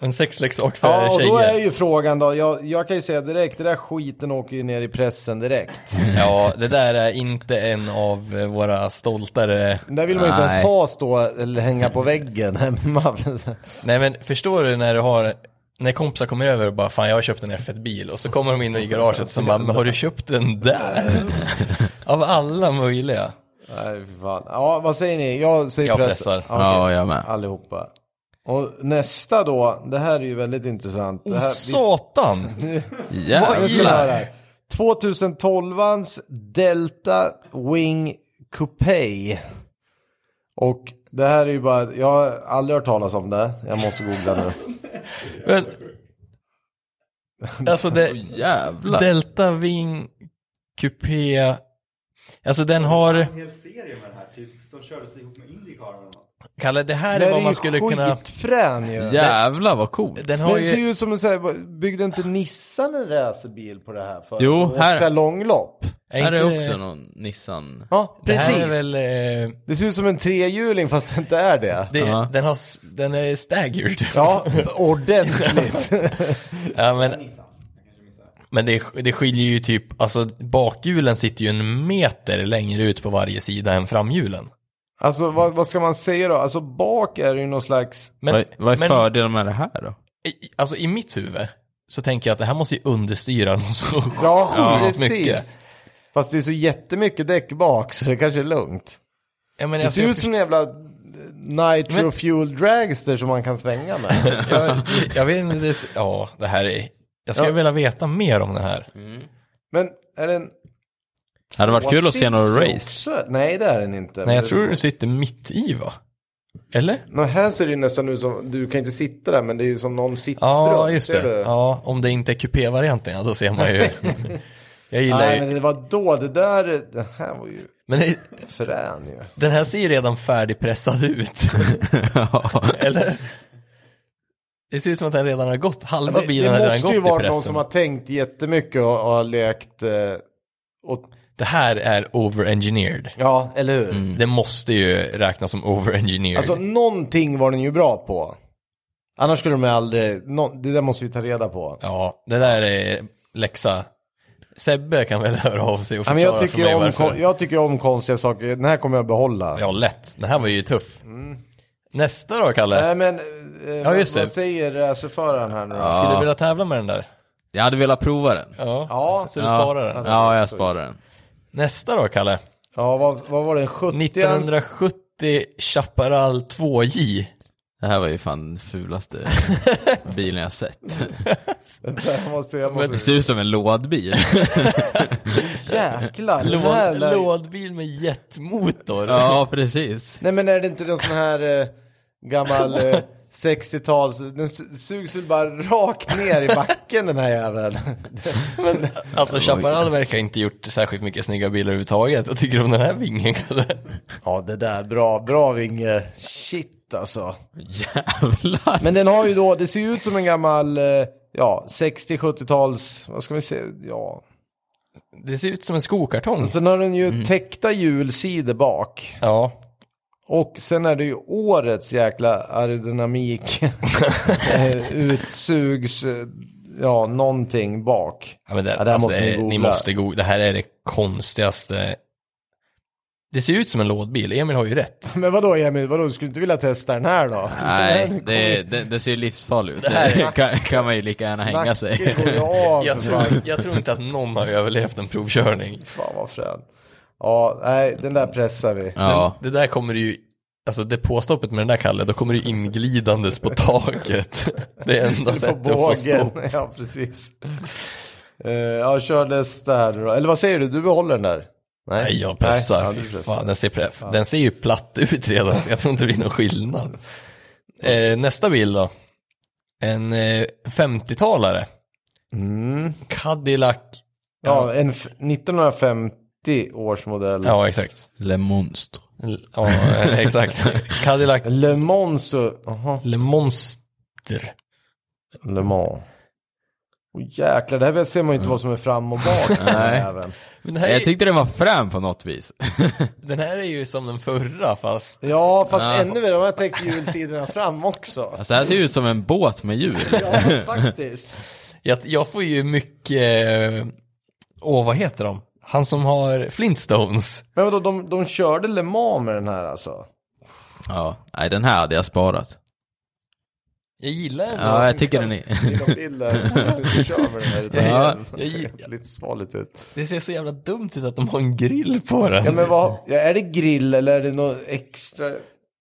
Speaker 2: en sexleksak för
Speaker 1: Ja, och
Speaker 3: eh,
Speaker 2: tjejer.
Speaker 1: då är ju frågan då. Jag, jag kan ju säga direkt, det där skiten åker ju ner i pressen direkt.
Speaker 2: Ja, det där är inte en av eh, våra stoltare...
Speaker 1: Den där vill man ju inte ens
Speaker 3: Nej.
Speaker 1: ha stå eller hänga på väggen <laughs> hemma.
Speaker 2: Nej men förstår du när du har, när kompisar kommer över och bara fan jag har köpt en F1-bil och så kommer de in i garaget och bara men har du köpt
Speaker 1: <laughs>
Speaker 2: den där? av alla möjliga.
Speaker 1: Nej, fy fan. Ja, vad säger ni? Jag säger
Speaker 2: Jag
Speaker 1: press.
Speaker 2: pressar.
Speaker 1: okej.
Speaker 3: Ja, jag med.
Speaker 1: Allihopa. Och nästa då, det här är ju väldigt intressant. Det här,
Speaker 2: Åh satan!
Speaker 1: Nu ska vi
Speaker 3: Jävlar.
Speaker 1: höra här. 2012ans Delta Wing Coupé. Och det här är ju bara, jag har aldrig hört talas om det. Jag måste googla
Speaker 2: <laughs>
Speaker 1: nu. <laughs>
Speaker 2: Men, alltså det,
Speaker 3: Jävlar.
Speaker 2: Delta Wing Coupé, alltså den har,
Speaker 4: En hel serie med den här, typ, som kördes ihop med Indycar eller något.
Speaker 2: Kalle det här
Speaker 1: Den
Speaker 2: är
Speaker 1: är
Speaker 2: vad
Speaker 1: ju
Speaker 2: man skulle kunna,
Speaker 1: skitfrän ju.
Speaker 3: Jävlar vad coolt.
Speaker 2: den har
Speaker 1: Den ser
Speaker 2: ju,
Speaker 1: ju ut som en sån här, byggde inte Nissan en racerbil på det här för
Speaker 3: Jo,
Speaker 1: att åka
Speaker 3: här-
Speaker 1: så här långlopp?
Speaker 3: Här är
Speaker 2: inte det-
Speaker 3: också någon Nissan.
Speaker 1: Ja,
Speaker 2: Det
Speaker 1: precis.
Speaker 2: här
Speaker 1: Det,
Speaker 2: är väl, eh,
Speaker 1: ser ut som en trehjuling fast det inte är det.
Speaker 2: det,
Speaker 3: Ja.
Speaker 2: den, har, s- den är staggered.
Speaker 1: Ja, ordentligt.
Speaker 2: <laughs> Ja, men,
Speaker 4: Nissan. Jag kanske missade.
Speaker 2: men det, det skiljer ju typ, alltså bakhjulen sitter ju en meter längre ut på varje sida än framhjulen.
Speaker 1: alltså vad, vad ska man säga då? Alltså bak är det ju någon slags...
Speaker 2: Men,
Speaker 3: vad, vad är
Speaker 2: men
Speaker 3: fördelen med det här då?
Speaker 2: i- alltså i mitt huvud så tänker jag att det här måste ju understyra någon så sjukt
Speaker 1: Ja,
Speaker 2: mycket.
Speaker 1: precis. Fast det är så jättemycket däck bak så det kanske är lugnt.
Speaker 2: Ja, men
Speaker 1: Det
Speaker 2: alltså,
Speaker 1: ser
Speaker 2: jag
Speaker 1: ut som en jävla nitro
Speaker 2: Men-
Speaker 1: fuel dragster som man kan svänga med.
Speaker 2: <laughs> förstår- jag, jag vet inte, det, är så- ja det här är, jag skulle
Speaker 1: Ja.
Speaker 2: vilja veta mer om det här.
Speaker 1: Men är den...
Speaker 3: Det hade varit kul att se några
Speaker 1: Åsits
Speaker 3: race. <laughs>
Speaker 1: också? Nej, det är den inte.
Speaker 2: Nej
Speaker 1: Men-
Speaker 2: jag tror du sitter mitt i va? Eller?
Speaker 1: Nå, här ser det ju nästan ut som, du kan inte sitta där men det är ju som någon sittbrunn.
Speaker 2: Ja, just
Speaker 1: ser
Speaker 2: det.
Speaker 1: du?
Speaker 2: Ja, om det inte är kupévarianten, ja, då ser man
Speaker 1: <laughs>
Speaker 2: ju. Jag gillar
Speaker 1: Nej,
Speaker 2: ju.
Speaker 1: men det var då, det där, det här var ju
Speaker 2: Men det-
Speaker 1: frän ju.
Speaker 2: den här ser ju redan
Speaker 1: <laughs>
Speaker 2: färdigpressad ut. Eller? Det ser ut som att den redan har gått. Halva
Speaker 1: Det,
Speaker 2: bilen
Speaker 1: det
Speaker 2: har redan
Speaker 1: måste ju
Speaker 2: gått i
Speaker 1: varit någon
Speaker 2: pressen.
Speaker 1: som har tänkt jättemycket och, och har lekt, eh, och,
Speaker 2: Det här är overengineered.
Speaker 1: ja, eller hur?
Speaker 2: Det måste ju räknas som overengineered.
Speaker 1: Mm. Alltså någonting var den ju bra på. Annars skulle de ju aldrig, nå- det där måste vi ta reda på.
Speaker 2: Ja, det där är läxa. Sebbe kan väl höra av sig och
Speaker 1: Ja,
Speaker 2: förklara
Speaker 1: men jag, tycker
Speaker 2: för mig
Speaker 1: ju om,
Speaker 2: varför.
Speaker 1: kon- jag tycker ju om konstiga saker, den här kommer jag behålla.
Speaker 2: Ja, lätt. Den här var ju tuff.
Speaker 1: Mm.
Speaker 2: Nästa då, Kalle.
Speaker 1: Nej men, eh, vad,
Speaker 2: just det.
Speaker 1: vad säger racerföraren här nu då?
Speaker 2: Skulle du
Speaker 3: Ja.
Speaker 2: vilja tävla med den där?
Speaker 3: Jag hade velat prova den.
Speaker 2: Ja,
Speaker 1: Ja.
Speaker 2: så du sparar den.
Speaker 3: Ja, jag sparar den.
Speaker 2: Nästa då, Kalle.
Speaker 1: Ja, vad, vad var det? <laughs> 70
Speaker 2: 1970 Chaparral 2J.
Speaker 3: Det här var ju fan
Speaker 2: <laughs>
Speaker 3: den fulaste bilen jag sett.
Speaker 1: Jag måste, jag
Speaker 3: Det
Speaker 1: måste...
Speaker 3: ser ut som
Speaker 2: <laughs>
Speaker 3: en lådbil.
Speaker 1: Jäklar, den här
Speaker 2: Låd,
Speaker 1: lär-
Speaker 2: lådbil med jetmotor.
Speaker 3: ja, precis.
Speaker 1: Nej men är det inte någon sån här eh, gammal eh, 60-tals, den su- sugs väl bara rakt ner i backen den här jäveln.
Speaker 2: Alltså Chaparral verkar inte gjort särskilt mycket snygga bilar överhuvudtaget. Vad tycker du om den här vingen, Kalle?
Speaker 1: ja det där, bra, bra vinge. Shit alltså.
Speaker 3: Jävlar.
Speaker 1: Men den har ju då, det ser ju ut som en gammal, eh, ja 60-70-tals, vad ska vi säga, ja.
Speaker 2: Det ser ut som en skokartong.
Speaker 1: Sen har den ju täckta hjulsidor bak.
Speaker 2: Ja,
Speaker 1: Och sen är det ju årets jäkla aerodynamik. <laughs> Eh, Utsugs, eh, ja någonting bak.
Speaker 2: Ja, men det,
Speaker 1: Ja, det här
Speaker 2: alltså,
Speaker 1: måste ni
Speaker 2: eh, ni
Speaker 1: googla.
Speaker 2: måste googla. Det här är det konstigaste. Det ser ut som en lådbil. Emil har ju rätt.
Speaker 1: Men vadå Emil, vadå, du skulle inte vilja testa den här då?
Speaker 3: Nej, det, det, det ser ju livsfarligt ut.
Speaker 2: här-
Speaker 3: Det <laughs> kan, kan man ju lika gärna hänga sig.
Speaker 1: Nacken går ju av
Speaker 2: <laughs> Jag
Speaker 1: för
Speaker 2: tror,
Speaker 1: fan.
Speaker 2: jag tror inte att någon har överlevt en provkörning.
Speaker 1: fan vad frän. Ja, nej, den där pressar vi.
Speaker 3: Ja,
Speaker 2: Den, det där kommer ju, alltså depåstoppet med den där Kalle, då kommer du inglidandes på taket. <laughs> Det är enda
Speaker 1: På
Speaker 2: sättet att få
Speaker 1: bågen, <laughs>
Speaker 2: stopp.
Speaker 1: ja precis. Eh, ja, kör nästa här nu då. Eller vad säger du, du behåller den där?
Speaker 2: Nej, jag pressar.
Speaker 1: ja,
Speaker 2: Fy
Speaker 1: du pressar.
Speaker 2: fan, den, ser preff. den ser ju platt ut redan. Jag tror inte det blir någon skillnad. Eh, nästa bil då. En eh, 50-talare. Cadillac.
Speaker 1: Mm. Ja, en f- 1950 års modell.
Speaker 2: Ja, exakt.
Speaker 3: Le Monstre.
Speaker 2: L- Ja, eh, exakt. Cadillac
Speaker 1: Le Mans, och- jaha,
Speaker 2: Le Monster.
Speaker 1: Le Mans. Åh jäklar, det här ser man ju
Speaker 2: Mm.
Speaker 1: inte vad som är fram och
Speaker 2: <laughs>
Speaker 1: bak. i den här
Speaker 3: Nej.
Speaker 1: jäveln.
Speaker 2: Men den, här är,
Speaker 3: Jag tyckte den var frän på något vis.
Speaker 2: den här är ju som den förra fast
Speaker 1: Ja, fast ännu mer. De har täckt hjulsidorna fram
Speaker 2: <laughs>
Speaker 1: också.
Speaker 3: Alltså det här ser ut som en båt med hjul.
Speaker 1: Ja, faktiskt.
Speaker 2: jag, jag får ju mycket, eh, åh vad heter de? Han som har Flintstones.
Speaker 1: Men vadå, de, de körde Le Mans med den här alltså?
Speaker 3: Ja, nej den här hade jag sparat.
Speaker 2: Jag gillar den.
Speaker 3: Ja, jag tycker den är...
Speaker 1: Dina bilder,
Speaker 3: <laughs>
Speaker 1: du kör med den här utan
Speaker 2: Ja,
Speaker 1: hjälm. Det ser
Speaker 2: jag-
Speaker 1: helt livsfarligt ut.
Speaker 2: Det ser så jävla dumt ut att de har en grill på den.
Speaker 1: Ja, men vad, ja, är det grill eller är det något extra?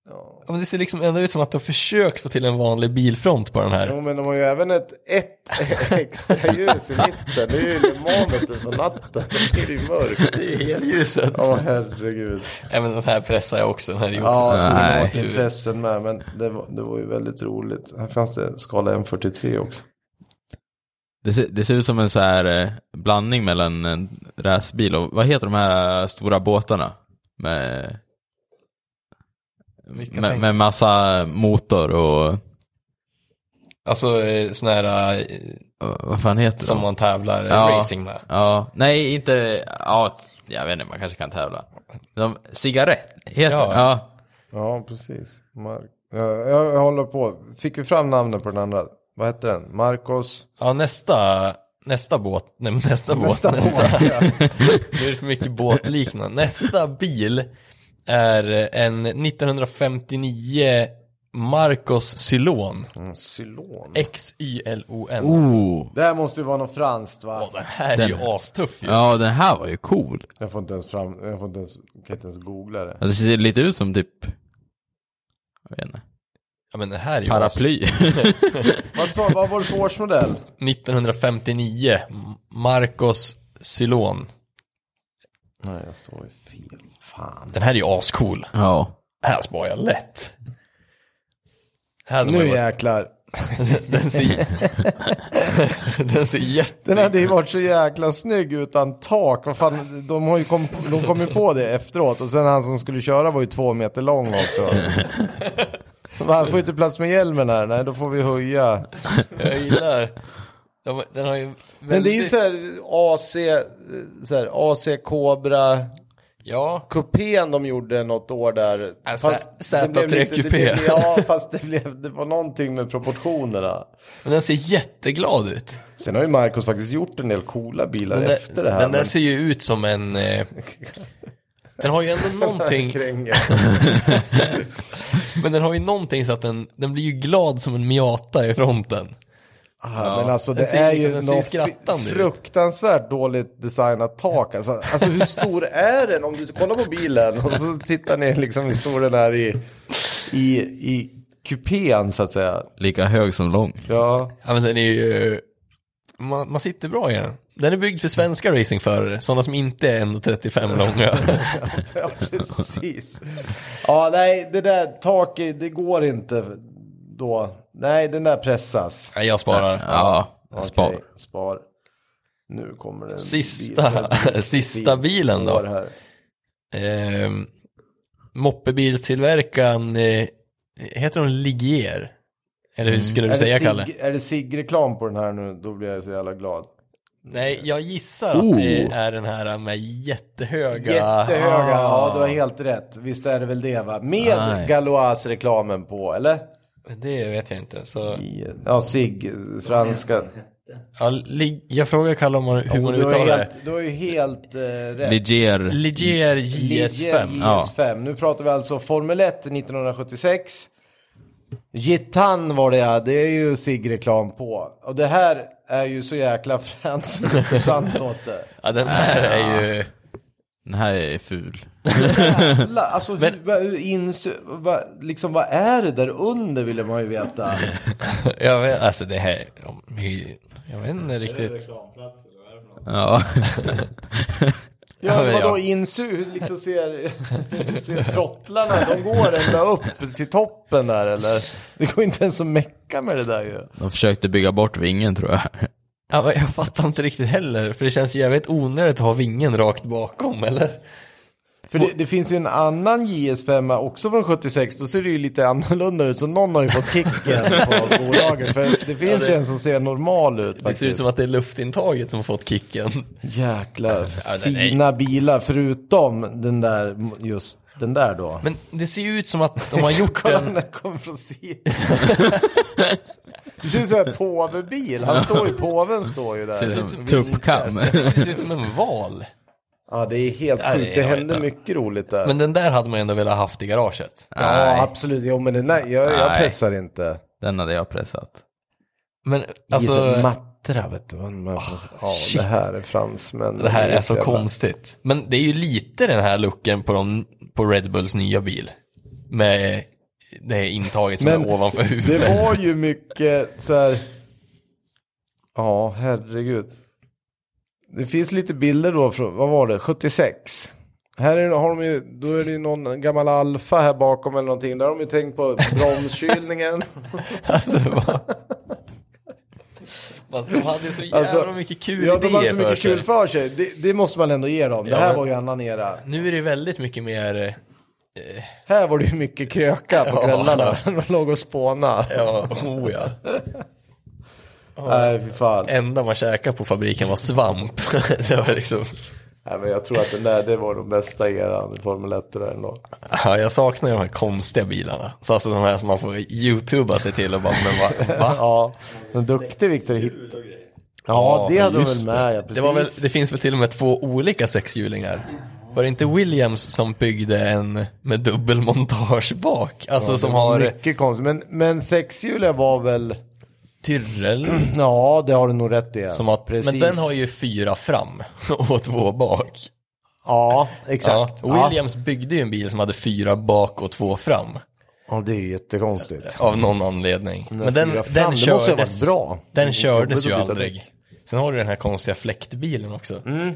Speaker 2: Ja, men det ser liksom ändå ut som att de har försökt få till en vanlig bilfront på den här.
Speaker 1: Jo, men de har ju även ett, ett <laughs> extra ljus i mitten. Det är ju Le Mans på natten. Det är ju mörkt.
Speaker 2: Det är ljuset.
Speaker 1: Ja, herregud.
Speaker 2: Även den här pressar jag också. Den här är ju också
Speaker 1: Ja, det
Speaker 3: Nej.
Speaker 1: var till pressen med, men det var, det var ju väldigt roligt. Här fanns det skala M43 också.
Speaker 3: Det ser, det ser ut som en så här eh, blandning mellan en racerbil och, vad heter de här eh, stora båtarna? Med,
Speaker 2: Vilka
Speaker 3: med,
Speaker 2: tänker-
Speaker 3: med massa motor och,
Speaker 2: Alltså eh, sån här eh,
Speaker 3: och vad fan heter
Speaker 2: som
Speaker 3: de?
Speaker 2: man tävlar eh,
Speaker 3: Ja.
Speaker 2: racing med.
Speaker 3: Ja, nej inte, ja, t- jag vet inte, man kanske kan tävla. De, cigarett heter
Speaker 2: Ja.
Speaker 3: ja. ja.
Speaker 1: Ja, precis. Mark. Jag, jag, jag håller på. Fick vi fram namnen på den andra? Vad hette den? Marcos?
Speaker 2: Ja, nästa, nästa båt. Nej, men nästa,
Speaker 1: Nästa
Speaker 2: båt. Nästa.
Speaker 1: båt,
Speaker 2: <laughs>
Speaker 1: ja.
Speaker 2: Det är för mycket båtliknande. Nästa bil är en 1959 Marcos Cylon.
Speaker 1: Mm, Cylon.
Speaker 2: X-Y-L-O-N.
Speaker 3: Oh.
Speaker 1: Det här måste ju vara något franskt va?
Speaker 2: Åh, den här är
Speaker 3: Den-
Speaker 2: ju astuff ju.
Speaker 3: Ja, den här var ju cool.
Speaker 1: Jag får inte ens fram, jag får inte ens, jag kan inte ens googla det.
Speaker 3: Alltså, det ser lite ut som typ, jag vet inte,
Speaker 2: Ja, men det här är ju as-
Speaker 3: paraply. <laughs>
Speaker 1: Vad sa, vad var det för årsmodell?
Speaker 2: 1959 Marcos Cylon.
Speaker 1: Nej, jag står ju fel. Fan.
Speaker 2: Den här är ju ascool.
Speaker 3: ja.
Speaker 2: Här sparar jag lätt. Här hade man
Speaker 1: Nu
Speaker 2: ju varit-
Speaker 1: jäklar.
Speaker 2: <laughs> den, ser, den ser jätte...
Speaker 1: Den hade ju varit så jäkla snygg utan tak. Vad fan, de har ju kom, de kom ju på det efteråt. Och sen han som skulle köra var ju två meter lång också. Så han får ju inte plats med hjälmen här. Nej, då får vi höja.
Speaker 2: Jag gillar. De- Den har ju väldigt...
Speaker 1: Men det är ju så här AC, så här, AC Cobra.
Speaker 2: Ja,
Speaker 1: Kupén de gjorde något år där.
Speaker 2: Ja,
Speaker 1: det
Speaker 2: Z-
Speaker 1: blev
Speaker 2: Z3
Speaker 1: lite- det
Speaker 2: kupé.
Speaker 1: blev- Ja, fast det, blev, det var någonting med proportionerna.
Speaker 2: men den ser jätteglad ut.
Speaker 1: Sen har ju Marcus faktiskt gjort en del coola bilar
Speaker 2: Den där,
Speaker 1: efter det här.
Speaker 2: den där
Speaker 1: men-
Speaker 2: ser ju ut som en...
Speaker 1: <laughs>
Speaker 2: Eh, den har ju ändå någonting,
Speaker 1: Kränger.
Speaker 2: men den har ju någonting så att den, den blir ju glad som en Miata i fronten.
Speaker 1: Ja, men alltså det
Speaker 2: ser
Speaker 1: är
Speaker 2: liksom-
Speaker 1: ju
Speaker 2: den ser ju
Speaker 1: något
Speaker 2: skrattande
Speaker 1: fri-
Speaker 2: ut.
Speaker 1: fruktansvärt dåligt designat tak. Alltså, alltså hur stor är den? Om du kollar på bilen och så tittar ni liksom hur stor den är i, i, i kupén så att säga.
Speaker 3: Lika hög som lång.
Speaker 1: Ja,
Speaker 2: Ja men den är ju... Man, man sitter bra i den. Den är byggd för svenska racingförare, sådana som inte är 1,35
Speaker 1: <laughs>
Speaker 2: långa.
Speaker 1: ja
Speaker 2: <laughs>
Speaker 1: precis. Ja, nej, det där taket, det går inte då. Nej, den där pressas.
Speaker 2: Nej, jag sparar.
Speaker 3: Ja, spar.
Speaker 1: Okej, spar. Nu kommer den.
Speaker 2: Sista- <laughs> sista bilen då.
Speaker 1: Här.
Speaker 2: Eh, moppebilstillverkaren, eh, heter de Ligier? Eller hur skulle du
Speaker 1: Är
Speaker 2: säga
Speaker 1: det,
Speaker 2: Kalle?
Speaker 1: Mm. Sig, är det SIG-reklam på den här nu, då blir jag så jävla glad.
Speaker 2: Nej, jag gissar att
Speaker 3: Oh.
Speaker 2: det är den här med jättehöga...
Speaker 1: Jättehöga,
Speaker 2: Ah.
Speaker 1: ja du har helt rätt. Visst är det väl det va? Med
Speaker 3: Nej.
Speaker 1: Galois-reklamen på, eller?
Speaker 2: Det vet jag inte. Så,
Speaker 1: Ja, SIG, franska.
Speaker 2: ja, lig... Jag frågar Kalle om man, hur man
Speaker 1: du, har
Speaker 2: uttalar det.
Speaker 1: helt, du har ju helt eh, rätt.
Speaker 3: Ligier.
Speaker 2: Ligier
Speaker 1: Ligier
Speaker 2: JS5.
Speaker 1: JS5. Nu pratar vi alltså Formel 1 1976. Gitan var det ja, det är ju SIG-reklam på. Och det här är ju så jäkla franskt,
Speaker 2: <laughs>
Speaker 1: sant åt det.
Speaker 2: Ja, den här är ju...
Speaker 3: Den här är ful.
Speaker 1: Jävlar, alltså hur, vad- hur ins, vad, liksom vad är det där under ville man ju veta.
Speaker 2: Jag vet, alltså det här... om vi- Jag vet inte riktigt.
Speaker 4: Reklamplats eller vad är det för något?
Speaker 3: Ja.
Speaker 1: Ja,
Speaker 2: men
Speaker 1: vadå
Speaker 2: <laughs> ja.
Speaker 1: insu, hur liksom ser, ser <laughs> trottlarna, de går ända upp till toppen där eller? Det går inte ens att mecka med det där ju.
Speaker 3: De försökte bygga bort vingen tror jag.
Speaker 2: Ja, men jag fattar inte riktigt heller, för det känns ju jävligt onödigt att ha vingen rakt bakom, eller?
Speaker 1: För det, det finns ju en annan JS5 också från 76, då ser det ju lite <laughs> annorlunda ut. Så någon har ju fått kicken på bolaget. För det finns ju en som ser normal ut
Speaker 2: Det ser ut
Speaker 1: faktiskt.
Speaker 2: som att det är luftintaget som fått kicken.
Speaker 1: Jäkla
Speaker 2: Ja, den är-
Speaker 1: fina bilar, förutom den där, just den där då.
Speaker 2: Men det ser ju ut som att de har
Speaker 1: <laughs>
Speaker 2: gjort
Speaker 1: Kolla när
Speaker 2: den...
Speaker 1: den kommer från sidan. <laughs> Det ser ut som en påvebil. Han står ju, påven står ju där.
Speaker 3: Tuppkam.
Speaker 2: Det ser ut som en val.
Speaker 1: Ja, det är helt
Speaker 2: Ja, det
Speaker 1: sjukt. Det
Speaker 2: är-
Speaker 1: hände mycket roligt där.
Speaker 2: Men den där hade man ju ändå velat haft i garaget.
Speaker 1: Ja, absolut. Jo, men den där, jag, jag
Speaker 3: Nej.
Speaker 1: pressar inte.
Speaker 3: <laughs> Den hade jag pressat.
Speaker 2: Men
Speaker 1: Alltså,
Speaker 2: alltså, Ah,
Speaker 1: Mattra, vet du. Man, ja,
Speaker 2: shit.
Speaker 1: det här är fransmän.
Speaker 2: det här är så
Speaker 1: jävla-
Speaker 2: konstigt. Men det är ju lite den här looken på, de, på Red Bulls nya bil. Med det intaget som
Speaker 1: Men
Speaker 2: är ovanför huvudet. <laughs>
Speaker 1: Det var ju mycket så här. Ja, herregud. Det finns lite bilder då från, vad var det, 76. Här är, har de ju, då är det ju någon gammal alfa här bakom eller någonting. Där har de ju tänkt på
Speaker 2: <laughs>
Speaker 1: bromskylningen.
Speaker 2: Alltså, vad... Man- De hade så jävla
Speaker 1: Alltså,
Speaker 2: mycket kul
Speaker 1: ja, de har
Speaker 2: idéer
Speaker 1: så mycket
Speaker 2: för sig.
Speaker 1: kul för sig. Det, det måste man ändå ge dem. Det
Speaker 2: Ja,
Speaker 1: här
Speaker 2: men-
Speaker 1: var ju annan era.
Speaker 2: Nu är det väldigt mycket mer... eh,
Speaker 1: Här var det ju mycket kröka på
Speaker 2: Ja.
Speaker 1: kvällarna. <laughs> De låg och spåna.
Speaker 2: Ja, oh ja.
Speaker 1: Nej, fy fan.
Speaker 2: enda man käkade på fabriken var svamp. <laughs> det var liksom...
Speaker 1: Nej, men jag tror att den där, det var den bästa eran i Formel 1 där ändå.
Speaker 2: Ja, jag saknar ju de här konstiga bilarna. Så alltså de här som man får youtuba sig till och bara, men va? va?
Speaker 1: Ja, men duktig Viktor Hitt.
Speaker 4: Kul och grejer.
Speaker 1: Ja, det hade de
Speaker 2: just
Speaker 1: väl med, ja,
Speaker 2: Det, var väl,
Speaker 1: precis.
Speaker 2: det finns väl till och med två olika sexhjulingar? Var det inte Williams som byggde en med dubbelmontage bak? Alltså som har
Speaker 1: Mycket konstigt, men, men sexhjuliga var väl...
Speaker 2: Tyrrell
Speaker 1: Ja, det har du nog rätt i.
Speaker 2: som har,
Speaker 1: Mm. Precis.
Speaker 2: men den har ju fyra fram <laughs> och två bak.
Speaker 1: Ja, exakt.
Speaker 2: Ja,
Speaker 1: Ja,
Speaker 2: Williams byggde ju en bil som hade fyra bak och två fram.
Speaker 1: ja det är ju jättekonstigt.
Speaker 2: Av någon anledning. Men den,
Speaker 1: fyra fram, det
Speaker 2: den
Speaker 1: måste ju ha varit
Speaker 2: kördes,
Speaker 1: bra.
Speaker 2: Den
Speaker 1: Jobbigt att
Speaker 2: kördes ju
Speaker 1: byta
Speaker 2: aldrig. Sen har du den här konstiga fläktbilen också. Som
Speaker 1: Mm.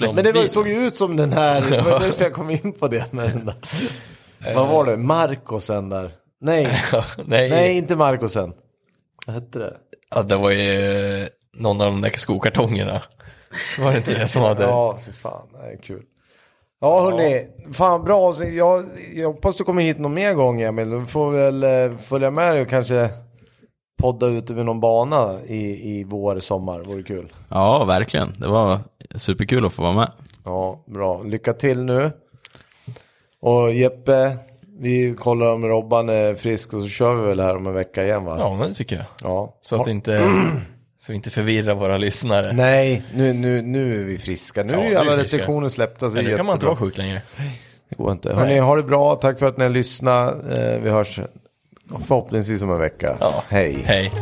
Speaker 1: Men det var,
Speaker 2: bil.
Speaker 1: såg ju ut som den här, det var därför jag kom in på det med den där. Vad var det? Marcosen där? Nej,
Speaker 2: <laughs> Eh. <laughs> Nej,
Speaker 1: nej inte Marcosen. Vad hette det?
Speaker 2: Ja, det var ju någon av de där skokartongerna. Var det inte det som hade...
Speaker 1: Ja, för fan, det är kul. Ja, hörni. Fan, bra. Så Jag, jag hoppas du kommer hit någon mer gång, Emil. Du får väl eh, följa med dig och kanske podda ut över någon bana i, i vår, sommar. Vore kul.
Speaker 3: Ja, verkligen. Det var superkul att få vara med.
Speaker 1: Ja, bra. Lycka till nu. Och Jeppe, vi kollar om Robban är frisk och så kör vi väl här om en vecka igen, va?
Speaker 2: Ja, men det tycker jag.
Speaker 1: ja.
Speaker 2: Så att inte, så vi inte förvirrar våra lyssnare.
Speaker 1: Nej, nu, nu, nu är vi friska. Nu
Speaker 2: Ja,
Speaker 1: är ju
Speaker 2: nu är
Speaker 1: alla
Speaker 2: vi friska.
Speaker 1: restriktioner släppta. Så
Speaker 2: Ja,
Speaker 1: det är
Speaker 2: nu kan man inte vara
Speaker 1: jättebra.
Speaker 2: sjuk längre.
Speaker 1: Det går inte. Hörni, ha det bra. Tack för att ni har lyssnat. Eh, Vi hörs förhoppningsvis om en vecka.
Speaker 2: Ja.
Speaker 1: Hej.
Speaker 2: Hej.